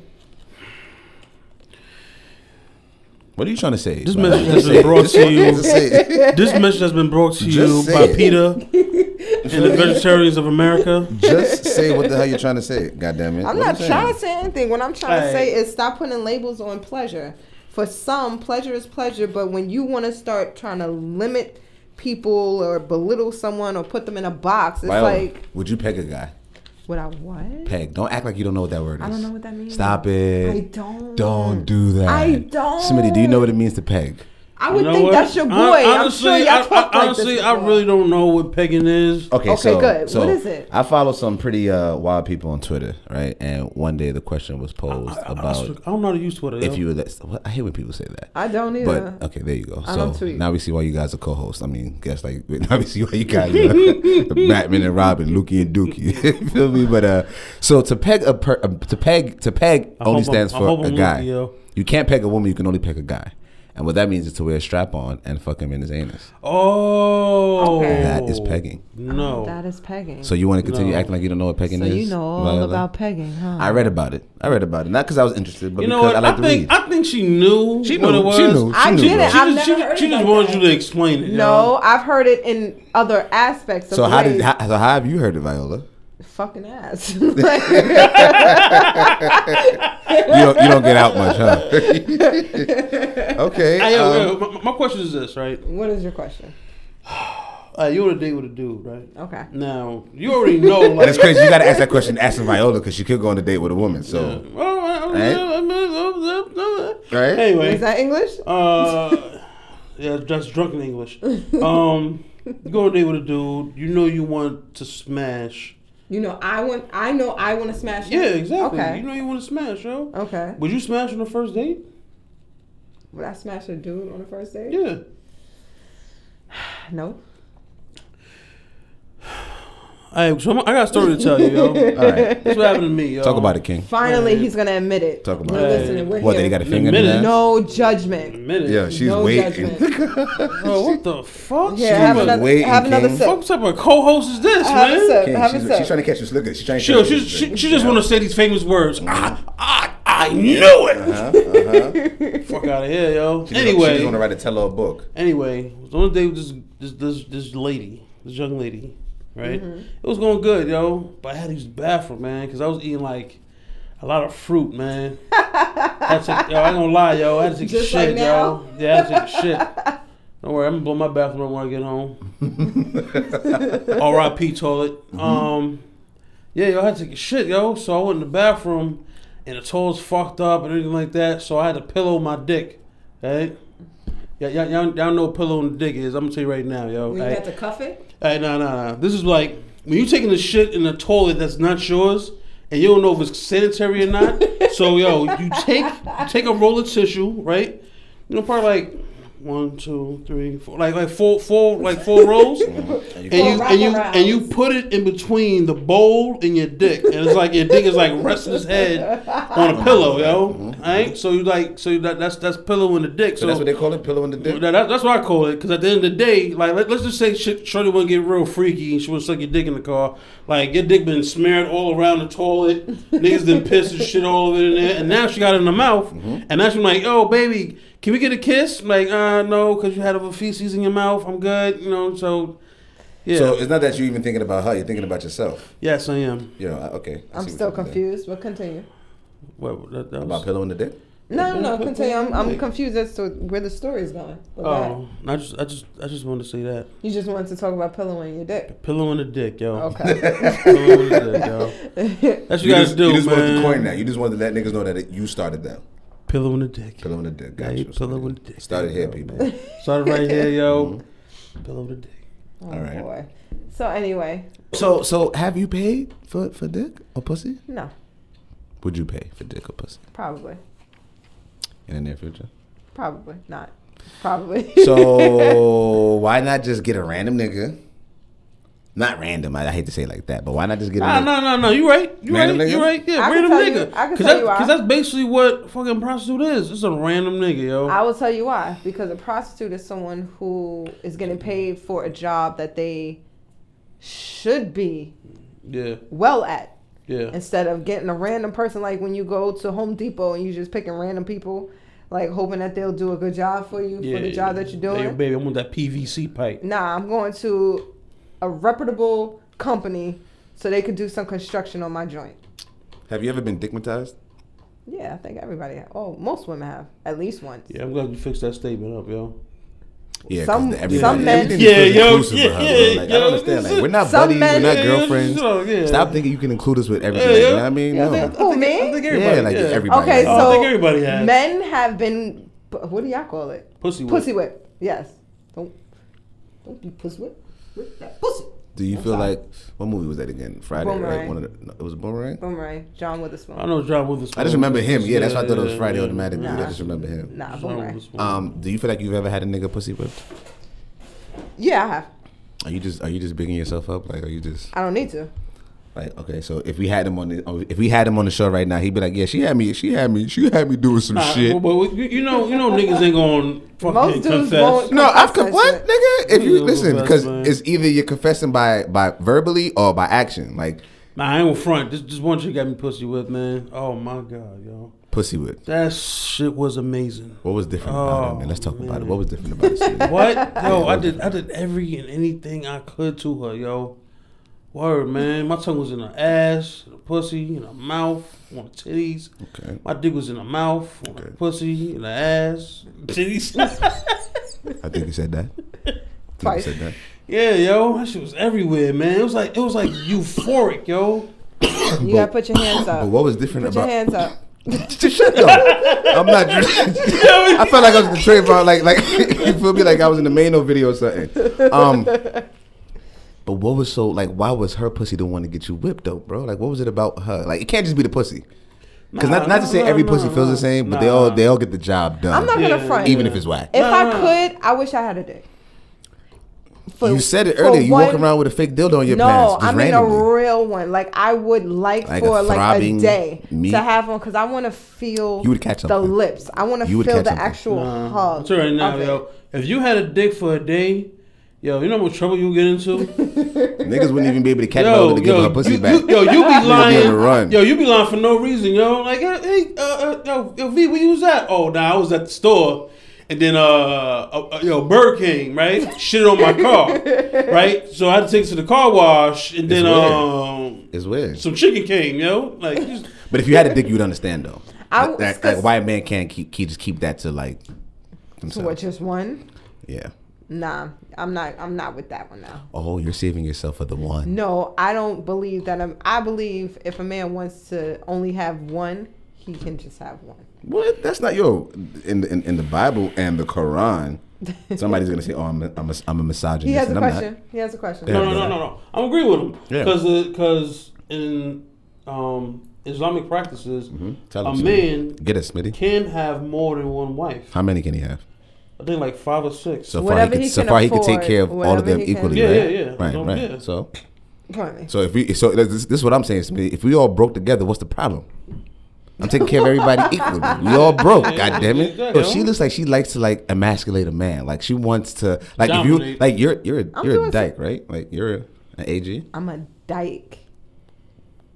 [SPEAKER 3] What are you trying to say?
[SPEAKER 2] This
[SPEAKER 3] bro?
[SPEAKER 2] message
[SPEAKER 3] Just
[SPEAKER 2] has been
[SPEAKER 3] say it.
[SPEAKER 2] brought
[SPEAKER 3] Just
[SPEAKER 2] to you.
[SPEAKER 3] just say it.
[SPEAKER 2] this message has been brought to you
[SPEAKER 3] Just say
[SPEAKER 2] by
[SPEAKER 3] it.
[SPEAKER 2] PETA and the Vegetarians of America.
[SPEAKER 3] Just say what the hell you're trying to say. God damn it.
[SPEAKER 1] I'm
[SPEAKER 3] What
[SPEAKER 1] not
[SPEAKER 3] you
[SPEAKER 1] trying
[SPEAKER 3] saying?
[SPEAKER 1] to say anything. What I'm trying to
[SPEAKER 2] Alright.
[SPEAKER 1] say is stop putting labels on pleasure. For some, pleasure is pleasure, but when you want to start trying to limit people or belittle someone or put them in a box, it's
[SPEAKER 3] Viola,
[SPEAKER 1] like,
[SPEAKER 3] would you peg a guy?
[SPEAKER 1] what I what?
[SPEAKER 3] Peg. Don't act like you don't know what that word is.
[SPEAKER 1] I don't know what that means.
[SPEAKER 3] Stop it.
[SPEAKER 1] I don't.
[SPEAKER 3] Don't do that.
[SPEAKER 1] I don't.
[SPEAKER 3] Smitty, do you know what it means to peg?
[SPEAKER 1] I would
[SPEAKER 2] You know
[SPEAKER 1] think
[SPEAKER 2] what?
[SPEAKER 1] that's your boy.
[SPEAKER 2] Hon-
[SPEAKER 1] I'm sure y'all
[SPEAKER 2] I- I-
[SPEAKER 1] talked like
[SPEAKER 2] honestly,
[SPEAKER 1] this
[SPEAKER 2] I
[SPEAKER 1] before.
[SPEAKER 2] really don't know what pegging is.
[SPEAKER 3] Okay,
[SPEAKER 1] Okay,
[SPEAKER 3] so,
[SPEAKER 1] good.
[SPEAKER 3] so
[SPEAKER 1] What is it?
[SPEAKER 3] I follow some pretty uh, wild people on Twitter, right? And one day the question was posed
[SPEAKER 2] I, I,
[SPEAKER 3] about
[SPEAKER 2] am not used to it.
[SPEAKER 3] if you were. Less, what, I hate when people say that.
[SPEAKER 1] I don't either.
[SPEAKER 3] But uh, okay, there you go.
[SPEAKER 1] I
[SPEAKER 3] so
[SPEAKER 1] don't tweet.
[SPEAKER 3] now we see why you guys are co-hosts. I mean, guess like now we see why you guys are Batman and Robin, Lukey and Dookie. Feel me? But uh, so to peg a per, uh, to peg to peg
[SPEAKER 2] I
[SPEAKER 3] only
[SPEAKER 2] hope I'm-
[SPEAKER 3] stands
[SPEAKER 2] I
[SPEAKER 3] for
[SPEAKER 2] hope
[SPEAKER 3] a
[SPEAKER 2] I'm
[SPEAKER 3] guy.
[SPEAKER 2] Lukey, yo.
[SPEAKER 3] You can't peg a woman. You can only peg a guy. And what that means is to wear a strap on and fuck him in his anus.
[SPEAKER 2] oh,
[SPEAKER 1] Okay.
[SPEAKER 3] That is pegging.
[SPEAKER 2] No,
[SPEAKER 1] That is pegging.
[SPEAKER 3] So you want to continue
[SPEAKER 2] No.
[SPEAKER 3] acting like you don't know what pegging
[SPEAKER 1] So
[SPEAKER 3] is?
[SPEAKER 1] you know all
[SPEAKER 3] Viola?
[SPEAKER 1] about pegging, huh?
[SPEAKER 3] I read about it. I read about it. Not because I was interested, but
[SPEAKER 2] you know
[SPEAKER 3] because
[SPEAKER 2] what?
[SPEAKER 3] I
[SPEAKER 2] I,
[SPEAKER 3] like to
[SPEAKER 2] think
[SPEAKER 3] read.
[SPEAKER 2] I think she knew
[SPEAKER 3] She
[SPEAKER 2] what
[SPEAKER 3] knew.
[SPEAKER 2] it was.
[SPEAKER 3] She knew.
[SPEAKER 1] I
[SPEAKER 3] knew,
[SPEAKER 1] get
[SPEAKER 3] bro.
[SPEAKER 1] it.
[SPEAKER 2] She
[SPEAKER 1] I've
[SPEAKER 2] just,
[SPEAKER 1] never
[SPEAKER 2] she,
[SPEAKER 1] heard
[SPEAKER 2] she
[SPEAKER 1] it
[SPEAKER 2] just
[SPEAKER 1] like
[SPEAKER 2] wanted
[SPEAKER 1] that.
[SPEAKER 2] you to explain it. yo.
[SPEAKER 1] No, I've heard it in other aspects. Of
[SPEAKER 3] So how did
[SPEAKER 1] ways.
[SPEAKER 3] how, so how have you heard of Viola?
[SPEAKER 1] fucking ass? Like,
[SPEAKER 3] You don't, you don't get out much, huh? okay.
[SPEAKER 2] Hey, yo,
[SPEAKER 3] um,
[SPEAKER 2] yo, my, my question is this, right?
[SPEAKER 1] what is your question?
[SPEAKER 2] Uh, you were a date with a dude, right?
[SPEAKER 1] Okay.
[SPEAKER 2] Now you already know.
[SPEAKER 3] But
[SPEAKER 2] Like,
[SPEAKER 3] it's crazy. You got to ask that question asking Viola because she could go on a date with a woman.
[SPEAKER 2] Uh,
[SPEAKER 3] So
[SPEAKER 2] well, I- I-
[SPEAKER 3] Right?
[SPEAKER 2] I- I- I- I-
[SPEAKER 3] Right?
[SPEAKER 1] Is
[SPEAKER 2] Anyway,
[SPEAKER 1] that English?
[SPEAKER 2] uh, yeah, that's drunken English. Um, you go on a date with a dude. You know you want to smash.
[SPEAKER 1] You know, I want. I know I want to smash.
[SPEAKER 2] Yeah,
[SPEAKER 1] it.
[SPEAKER 2] exactly.
[SPEAKER 1] Okay.
[SPEAKER 2] You know you want to smash, yo.
[SPEAKER 1] okay.
[SPEAKER 2] Would you smash on the first date?
[SPEAKER 1] Would I smash a dude on the first date?
[SPEAKER 2] Yeah.
[SPEAKER 1] No.
[SPEAKER 2] All right, so I'm, I got a story to tell you, yo. This
[SPEAKER 3] all right,
[SPEAKER 2] is what happened to me, yo.
[SPEAKER 3] talk about it, King.
[SPEAKER 1] Finally,
[SPEAKER 2] Right.
[SPEAKER 1] he's gonna admit it.
[SPEAKER 3] Talk about
[SPEAKER 1] no,
[SPEAKER 3] it.
[SPEAKER 1] Listen, we're
[SPEAKER 3] What?
[SPEAKER 1] here.
[SPEAKER 3] They got a
[SPEAKER 2] In a
[SPEAKER 3] finger in
[SPEAKER 2] minute.
[SPEAKER 3] the ass?
[SPEAKER 1] no
[SPEAKER 2] In a
[SPEAKER 1] judgment.
[SPEAKER 2] minute.
[SPEAKER 3] Yeah, she's
[SPEAKER 1] no
[SPEAKER 3] waiting.
[SPEAKER 2] Bro, what the fuck?
[SPEAKER 1] Here,
[SPEAKER 2] What
[SPEAKER 1] have
[SPEAKER 2] the
[SPEAKER 1] another.
[SPEAKER 3] waiting,
[SPEAKER 1] have another
[SPEAKER 3] King.
[SPEAKER 2] fuck
[SPEAKER 1] sip.
[SPEAKER 2] type of co-host is this,
[SPEAKER 1] Have a
[SPEAKER 2] man?
[SPEAKER 1] sip.
[SPEAKER 3] King,
[SPEAKER 1] Have
[SPEAKER 3] she's,
[SPEAKER 1] a sip.
[SPEAKER 3] she's trying to catch you slipping. She's trying to.
[SPEAKER 2] She,
[SPEAKER 3] catch
[SPEAKER 2] she,
[SPEAKER 3] you
[SPEAKER 2] she,
[SPEAKER 3] slipping.
[SPEAKER 2] she just
[SPEAKER 3] Yeah.
[SPEAKER 2] want to say these famous words. Ah, ah, I knew it.
[SPEAKER 3] Uh-huh.
[SPEAKER 2] Fuck out of here, yo.
[SPEAKER 3] She just- she
[SPEAKER 2] anyway,
[SPEAKER 3] just want to write a tell-all book.
[SPEAKER 2] anyway, I was on a date with this this this, this lady, this young lady, right?
[SPEAKER 1] Mm-hmm.
[SPEAKER 2] It was going good, yo. But I had to use the bathroom, man, because I was eating like a lot of fruit, man. I had to take- yo, I ain't gonna lie, yo. I had to take a
[SPEAKER 1] Just
[SPEAKER 2] shit,
[SPEAKER 1] like now?
[SPEAKER 2] yo. Yeah, I had to take a shit. Don't worry, I'm gonna blow my bathroom up when I get home. R.I.P. toilet. Um, yeah, yo, I had to take a shit, yo. So I went in the bathroom, and the toilet's fucked up and everything like that. So I had to pillow my dick, right? Yeah, y'all, y'all, y'all know what pillowing the dick is. I'm gonna tell you right now, yo.
[SPEAKER 1] When you
[SPEAKER 2] right?
[SPEAKER 1] have to cuff it.
[SPEAKER 2] Hey, nah, nah, nah. This is like when you taking a shit in a toilet that's not yours, and you don't know if it's sanitary or not. so yo, you take you take a roll of tissue, right? You know, probably like one, two, three, four, like like four, four, like four rolls, and
[SPEAKER 3] And you-
[SPEAKER 2] you and you
[SPEAKER 1] wraparounds.
[SPEAKER 2] and you put it in between the bowl and your dick, and it's like your dick is like resting his head on a pillow, yo. Right? So you like so you, that, that's that's pillow in the dick. So,
[SPEAKER 3] so Mm-hmm. that's what they call it, pillow in the dick.
[SPEAKER 2] that, that- that's what I call it. Because at the end of the day, like let, us just say shit, Shorty want to get real freaky and she want to suck your dick in the car. Like your dick been smeared all around the toilet. Niggas done pissed and shit all over in there. And now she got it in her mouth.
[SPEAKER 3] Mm-hmm.
[SPEAKER 2] And now she's like, "Yo, baby, can we get a kiss?" I'm like, uh, no, because you had a feces in your mouth. I'm good, you know. So, yeah,
[SPEAKER 3] So it's not that you're even thinking about her. You're thinking about yourself.
[SPEAKER 2] yes, I am.
[SPEAKER 3] You know, I- okay. I
[SPEAKER 1] I'm
[SPEAKER 3] see what
[SPEAKER 1] still
[SPEAKER 3] you're doing.
[SPEAKER 1] confused, but continue.
[SPEAKER 2] What, that, that was-
[SPEAKER 3] about pillow in the dick.
[SPEAKER 1] No, no, no. Continue. I'm, I'm confused as to where the story is going. with
[SPEAKER 2] Oh, I just, I just, I just wanted to say that
[SPEAKER 1] that. You just wanted to talk about pillowing your dick.
[SPEAKER 2] pillow in the dick, yo.
[SPEAKER 1] Okay.
[SPEAKER 2] pillow in the dick, yo. That's what you, guys
[SPEAKER 3] just,
[SPEAKER 2] do,
[SPEAKER 3] you just wanted
[SPEAKER 2] man.
[SPEAKER 3] to coin that. You just wanted to let niggas know that it, you started that.
[SPEAKER 2] Pillow in the dick.
[SPEAKER 3] Pillow in the dick.
[SPEAKER 2] Yeah,
[SPEAKER 3] Got
[SPEAKER 2] you
[SPEAKER 3] you.
[SPEAKER 2] pillow in the dick.
[SPEAKER 3] Started here,
[SPEAKER 2] There you go,
[SPEAKER 3] people.
[SPEAKER 2] Started right here, yo.
[SPEAKER 3] Mm-hmm.
[SPEAKER 2] Pillow in the dick.
[SPEAKER 1] Oh,
[SPEAKER 3] All right.
[SPEAKER 1] boy. So anyway,
[SPEAKER 3] So, so have you paid for for dick or pussy?
[SPEAKER 1] no,
[SPEAKER 3] Would you pay for dick or pussy
[SPEAKER 1] probably,
[SPEAKER 3] in the near future?
[SPEAKER 1] probably not, probably.
[SPEAKER 3] So why not just get a random nigga? Not random. I, I hate to say it like that, but why not just get a
[SPEAKER 2] Nah,
[SPEAKER 3] nigga?
[SPEAKER 2] nah, nah, nah. You right. You
[SPEAKER 3] Random
[SPEAKER 2] right.
[SPEAKER 3] nigga?
[SPEAKER 2] You right. Yeah,
[SPEAKER 1] I can
[SPEAKER 2] random
[SPEAKER 1] tell you-
[SPEAKER 2] nigga.
[SPEAKER 1] I can
[SPEAKER 2] Cause
[SPEAKER 1] tell
[SPEAKER 2] that-
[SPEAKER 1] you why.
[SPEAKER 2] Cause that's basically what fucking prostitute is. It's a random nigga, yo.
[SPEAKER 1] I will tell you why. Because a prostitute is someone who is getting paid for a job that they should be
[SPEAKER 2] yeah,
[SPEAKER 1] well at,
[SPEAKER 2] yeah.
[SPEAKER 1] instead of getting a random person like when you go to Home Depot and you just picking random people, like hoping that they'll do a good job for you
[SPEAKER 2] yeah,
[SPEAKER 1] for the job that you're doing.
[SPEAKER 2] Hey, baby, I want that PVC pipe.
[SPEAKER 1] Nah, I'm going to a reputable company so they could do some construction on my joint.
[SPEAKER 3] Have you ever been dickmatized?
[SPEAKER 1] Yeah, I think everybody. Oh, most women have at least once.
[SPEAKER 2] Yeah, I'm glad you fixed that statement up, yo.
[SPEAKER 3] Yeah, 'cause
[SPEAKER 1] Some-
[SPEAKER 3] the-
[SPEAKER 1] some
[SPEAKER 3] everybody-
[SPEAKER 1] men-
[SPEAKER 3] everything is
[SPEAKER 2] Yeah,
[SPEAKER 3] supposed to be
[SPEAKER 2] yo,
[SPEAKER 3] inclusive
[SPEAKER 2] yeah,
[SPEAKER 3] for her, bro.
[SPEAKER 2] yeah,
[SPEAKER 3] Like, I
[SPEAKER 2] yo,
[SPEAKER 3] don't understand. Like, we're not
[SPEAKER 1] some
[SPEAKER 3] buddies,
[SPEAKER 1] men-
[SPEAKER 3] we're not
[SPEAKER 1] Yeah,
[SPEAKER 2] yeah,
[SPEAKER 3] girlfriends.
[SPEAKER 2] sure, yeah.
[SPEAKER 3] Stop thinking you can include us with everything.
[SPEAKER 2] Yeah,
[SPEAKER 3] like,
[SPEAKER 2] yeah.
[SPEAKER 3] You know what I mean?
[SPEAKER 1] Yeah, I
[SPEAKER 3] no.
[SPEAKER 1] think- Oh, me?
[SPEAKER 2] I think
[SPEAKER 1] Yeah,
[SPEAKER 2] everybody.
[SPEAKER 3] yeah, like
[SPEAKER 2] yeah.
[SPEAKER 3] everybody.
[SPEAKER 1] Okay,
[SPEAKER 3] does.
[SPEAKER 2] I
[SPEAKER 1] so-
[SPEAKER 2] think everybody has
[SPEAKER 1] Men have been. What do y'all call it?
[SPEAKER 2] pussy. whip.
[SPEAKER 1] Pussy whip. Yes. Don't don't be pussy whip. Whip that pussy.
[SPEAKER 3] do you feel like what movie was that again? Friday, right?
[SPEAKER 1] Boomerang.
[SPEAKER 3] One of the, no, it was Boomerang.
[SPEAKER 1] Boomerang. John Witherspoon.
[SPEAKER 2] I know John Witherspoon.
[SPEAKER 3] I just remember him. Yeah, that's why I thought it was
[SPEAKER 2] Yeah,
[SPEAKER 3] Friday
[SPEAKER 2] yeah.
[SPEAKER 3] automatically.
[SPEAKER 1] Nah.
[SPEAKER 3] I just remember him.
[SPEAKER 1] Nah,
[SPEAKER 2] John
[SPEAKER 1] Boomerang.
[SPEAKER 2] Witherspoon.
[SPEAKER 3] Um, do you feel like you've ever had a nigga pussy whipped?
[SPEAKER 1] Yeah, I have.
[SPEAKER 3] Are you just are you just bigging yourself up? Like are you just
[SPEAKER 1] I don't need to.
[SPEAKER 3] like okay? So if we had him on the oh, if we had him on the show right now, he'd be like, yeah, she had me, she had me, she had me doing some
[SPEAKER 2] Nah,
[SPEAKER 3] shit.
[SPEAKER 2] But, but you you know, you know, niggas ain't gonna fucking
[SPEAKER 1] Most dudes
[SPEAKER 2] confess.
[SPEAKER 1] won't-
[SPEAKER 3] No, I've
[SPEAKER 1] Confess
[SPEAKER 3] con- what
[SPEAKER 1] it.
[SPEAKER 3] nigga? If you
[SPEAKER 2] Yeah,
[SPEAKER 3] listen,
[SPEAKER 2] confess,
[SPEAKER 3] because
[SPEAKER 2] man.
[SPEAKER 3] it's either you're confessing by by verbally or by action, like
[SPEAKER 2] Nah, I ain't gonna front. This, this one chick got me pussy with, man. Oh my god, yo,
[SPEAKER 3] pussy whip.
[SPEAKER 2] that shit was amazing.
[SPEAKER 3] What was different
[SPEAKER 2] Oh,
[SPEAKER 3] about it? Man, let's talk about it.
[SPEAKER 2] man.
[SPEAKER 3] What was different about it?
[SPEAKER 2] What? Yo, I did I did every and anything I could to her, yo. Word, man. My tongue was in her ass, her pussy, in her mouth, on her titties.
[SPEAKER 3] okay,
[SPEAKER 2] My dick was in her mouth, on her
[SPEAKER 3] Okay.
[SPEAKER 2] pussy, in her ass, titties.
[SPEAKER 3] I think you said that. I think
[SPEAKER 1] Twice.
[SPEAKER 3] You said that.
[SPEAKER 2] yeah, yo, that shit was everywhere, man. It was like it was like euphoric, yo.
[SPEAKER 1] You gotta put your hands up.
[SPEAKER 3] But what was different
[SPEAKER 1] put your
[SPEAKER 3] about?
[SPEAKER 1] hands up.
[SPEAKER 3] Just shut up. I'm not. I felt like I was in the Trayvon, like like you feel me? Like I was in the Mano video or something. Um, but what was so like? Why was her pussy the one to get you whipped though, bro? Like what was it about her? Like it can't just be the pussy. Because
[SPEAKER 2] Nah,
[SPEAKER 3] not, not to say
[SPEAKER 2] nah,
[SPEAKER 3] every
[SPEAKER 2] nah,
[SPEAKER 3] pussy feels
[SPEAKER 2] nah.
[SPEAKER 3] the same, but
[SPEAKER 2] Nah,
[SPEAKER 3] they all
[SPEAKER 2] nah.
[SPEAKER 3] they all get the job done.
[SPEAKER 1] I'm not
[SPEAKER 2] Yeah.
[SPEAKER 1] gonna front.
[SPEAKER 3] even if it's whack.
[SPEAKER 1] If I
[SPEAKER 2] No, no.
[SPEAKER 1] could, I wish I had a dick. For-
[SPEAKER 3] you said it
[SPEAKER 1] for
[SPEAKER 3] earlier. You walk
[SPEAKER 1] one-
[SPEAKER 3] around with a fake dildo in your
[SPEAKER 1] no,
[SPEAKER 3] pants. just
[SPEAKER 1] I mean
[SPEAKER 3] randomly.
[SPEAKER 1] a real one. Like I would like,
[SPEAKER 3] Like a
[SPEAKER 1] for like a
[SPEAKER 3] throbbing
[SPEAKER 1] day
[SPEAKER 3] meat?
[SPEAKER 1] to have one because I want to feel
[SPEAKER 3] You would catch
[SPEAKER 1] the
[SPEAKER 3] something.
[SPEAKER 1] lips. I want to
[SPEAKER 3] You
[SPEAKER 1] feel
[SPEAKER 3] would
[SPEAKER 1] the
[SPEAKER 3] catch
[SPEAKER 1] actual
[SPEAKER 3] something.
[SPEAKER 2] Nah,
[SPEAKER 1] hug.
[SPEAKER 2] I'm telling you now,
[SPEAKER 1] of it.
[SPEAKER 2] yo. If you had a dick for a day, yo, you know how much trouble you get into.
[SPEAKER 3] Niggas wouldn't even be able to catch her
[SPEAKER 2] yo,
[SPEAKER 3] to give her
[SPEAKER 2] yo,
[SPEAKER 3] pussy
[SPEAKER 2] you,
[SPEAKER 3] back.
[SPEAKER 2] you, yo, you be
[SPEAKER 3] be on
[SPEAKER 2] lying.
[SPEAKER 3] the run.
[SPEAKER 2] Yo, you be lying for no reason, yo. Like, hey, hey, uh, uh, yo, yo, V, where you was at? Oh, nah, I was at the store. And then, uh, uh, uh, yo, Bird King, right? Shit on my car, right? So I had to take it to the car wash, and then,
[SPEAKER 3] weird.
[SPEAKER 2] um,
[SPEAKER 3] it's weird.
[SPEAKER 2] some chicken came, yo. Like, just,
[SPEAKER 3] But if you had a dick, you'd understand though.
[SPEAKER 1] I
[SPEAKER 3] Like,
[SPEAKER 1] was
[SPEAKER 3] like, like
[SPEAKER 1] just-
[SPEAKER 3] why a man can't keep, keep just keep that to like
[SPEAKER 1] So what?
[SPEAKER 3] themselves.
[SPEAKER 1] Just one?
[SPEAKER 3] Yeah.
[SPEAKER 1] Nah, I'm not. I'm not with that one now.
[SPEAKER 3] Oh, you're saving yourself for the one.
[SPEAKER 1] No, I don't believe that. I'm, I believe if a man wants to only have one, he can just have one.
[SPEAKER 3] What? That's not your in the, in, in the Bible and the Quran. Somebody's gonna say, "Oh, I'm a, I'm a, I'm a misogynist."
[SPEAKER 1] He has
[SPEAKER 3] and
[SPEAKER 1] a
[SPEAKER 3] I'm
[SPEAKER 1] question. He has a question.
[SPEAKER 3] Yeah.
[SPEAKER 2] No, no, no, no, no. I agree with him
[SPEAKER 3] Yeah.
[SPEAKER 2] because because in um, Islamic practices,
[SPEAKER 3] Mhm. Tell
[SPEAKER 2] a
[SPEAKER 3] him, Smitty.
[SPEAKER 2] man
[SPEAKER 3] Get it, Smitty.
[SPEAKER 2] can have more than one wife.
[SPEAKER 3] How many can he have?
[SPEAKER 2] I think like five or six.
[SPEAKER 3] So
[SPEAKER 1] Whatever
[SPEAKER 3] far, he
[SPEAKER 1] he
[SPEAKER 3] could, so
[SPEAKER 1] can
[SPEAKER 3] far he could take
[SPEAKER 1] afford,
[SPEAKER 3] care of all of
[SPEAKER 1] whatever
[SPEAKER 3] them
[SPEAKER 1] he can-
[SPEAKER 3] equally,
[SPEAKER 2] Yeah,
[SPEAKER 3] right?
[SPEAKER 2] yeah, yeah.
[SPEAKER 3] Right,
[SPEAKER 2] Um,
[SPEAKER 3] right.
[SPEAKER 2] yeah.
[SPEAKER 3] So,
[SPEAKER 1] Pardon me.
[SPEAKER 3] so if we, so this, this is what I'm saying. Smitty. If we all broke together, what's the problem? I'm taking care of everybody equally. We all broke, God damn it.
[SPEAKER 2] exactly.
[SPEAKER 3] Yo, she looks like she likes to like emasculate a man. Like she wants to, like if you,
[SPEAKER 2] Dominate.
[SPEAKER 3] like you're, you're, a,
[SPEAKER 1] I'm
[SPEAKER 3] you're a
[SPEAKER 1] doing some-
[SPEAKER 3] dyke, right? Like you're a, an AG.
[SPEAKER 1] I'm a dyke.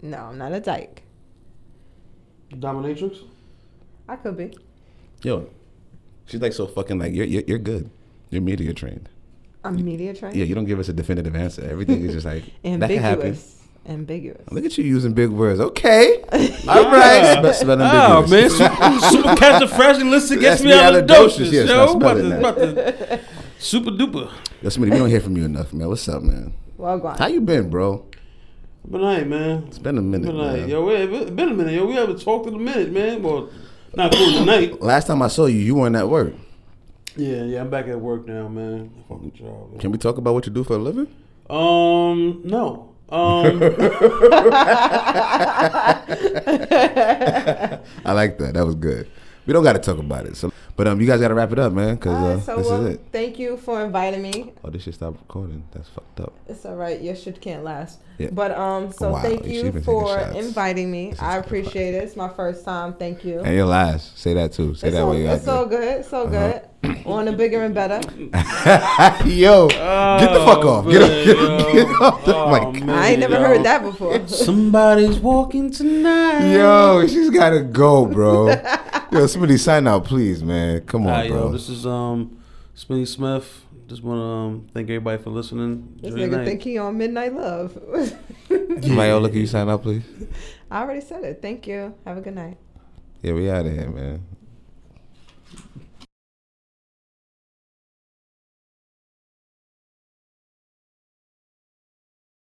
[SPEAKER 1] No, I'm not a dyke.
[SPEAKER 2] Dominatrix.
[SPEAKER 1] I could be.
[SPEAKER 3] Yo, she's like so fucking like you're you're, you're good. You're media trained.
[SPEAKER 1] I'm media trained.
[SPEAKER 3] Yeah, you don't give us a definitive answer. Everything is just like that could happen.
[SPEAKER 1] ambiguous. ambiguous.
[SPEAKER 3] Look at you using big words. Okay. All right. Spe- spelling
[SPEAKER 2] Ah,
[SPEAKER 3] big
[SPEAKER 2] man,
[SPEAKER 3] words.
[SPEAKER 2] super, super catch the fresh and listen gets me out of doses,
[SPEAKER 3] yes,
[SPEAKER 2] yo.
[SPEAKER 3] I
[SPEAKER 2] About
[SPEAKER 3] spelled it
[SPEAKER 2] to-
[SPEAKER 3] now.
[SPEAKER 2] about to- Super duper.
[SPEAKER 3] Yo, Smitty, we don't hear from you enough, man. What's up, man?
[SPEAKER 1] Well, go
[SPEAKER 3] How
[SPEAKER 1] on.
[SPEAKER 3] you been, bro?
[SPEAKER 2] But hey, man.
[SPEAKER 3] It's been a minute,
[SPEAKER 2] Been like,
[SPEAKER 3] man.
[SPEAKER 2] yo, wait, it been a minute, yo. We haven't talked in a minute, man. Well, not cool tonight.
[SPEAKER 3] Last time I saw you, you weren't at work.
[SPEAKER 2] Yeah, yeah. I'm back at work now, man. Fucking job. man.
[SPEAKER 3] Can we talk about what you do for a living?
[SPEAKER 2] Um, no. Um,
[SPEAKER 3] I like that. That was good. We don't got to talk about it. So, but um, you guys got to wrap it up, man, because
[SPEAKER 1] All
[SPEAKER 3] uh,
[SPEAKER 1] right, so
[SPEAKER 3] this
[SPEAKER 1] well,
[SPEAKER 3] is it.
[SPEAKER 1] thank you for inviting me.
[SPEAKER 3] Oh, this should stop recording. That's fucked up.
[SPEAKER 1] It's all right. Your shit can't last.
[SPEAKER 3] Yeah.
[SPEAKER 1] But um, so
[SPEAKER 3] Wow,
[SPEAKER 1] thank
[SPEAKER 3] she
[SPEAKER 1] you
[SPEAKER 3] been taking
[SPEAKER 1] for
[SPEAKER 3] shots.
[SPEAKER 1] inviting me.
[SPEAKER 3] This is
[SPEAKER 1] I
[SPEAKER 3] good.
[SPEAKER 1] appreciate it. It's my first time. Thank you.
[SPEAKER 3] And your lies. Say that too. Say
[SPEAKER 1] it's
[SPEAKER 3] that
[SPEAKER 1] all,
[SPEAKER 3] way. Uh-huh.
[SPEAKER 1] it's all good. It's all good. On to bigger and better.
[SPEAKER 3] Yo, get the fuck off. Get
[SPEAKER 2] Oh, man,
[SPEAKER 3] off. Get,
[SPEAKER 2] yo.
[SPEAKER 3] get off. The
[SPEAKER 2] Oh,
[SPEAKER 3] mic.
[SPEAKER 2] man,
[SPEAKER 1] I ain't never
[SPEAKER 2] yo.
[SPEAKER 1] heard that before.
[SPEAKER 2] Somebody's walking tonight.
[SPEAKER 3] Yo, she's gotta go, bro. Yo, somebody sign out, please, man. Come on,
[SPEAKER 2] Hi,
[SPEAKER 3] bro.
[SPEAKER 2] yo. This is um, Smitty Smith. Just want to um, thank everybody for listening.
[SPEAKER 1] This
[SPEAKER 2] Enjoy your
[SPEAKER 1] nigga
[SPEAKER 2] night.
[SPEAKER 1] think he on Midnight Love.
[SPEAKER 3] Somebody else look at you sign out, please.
[SPEAKER 1] I already said it. Thank you. Have a good night.
[SPEAKER 3] Yeah, we out of here, man.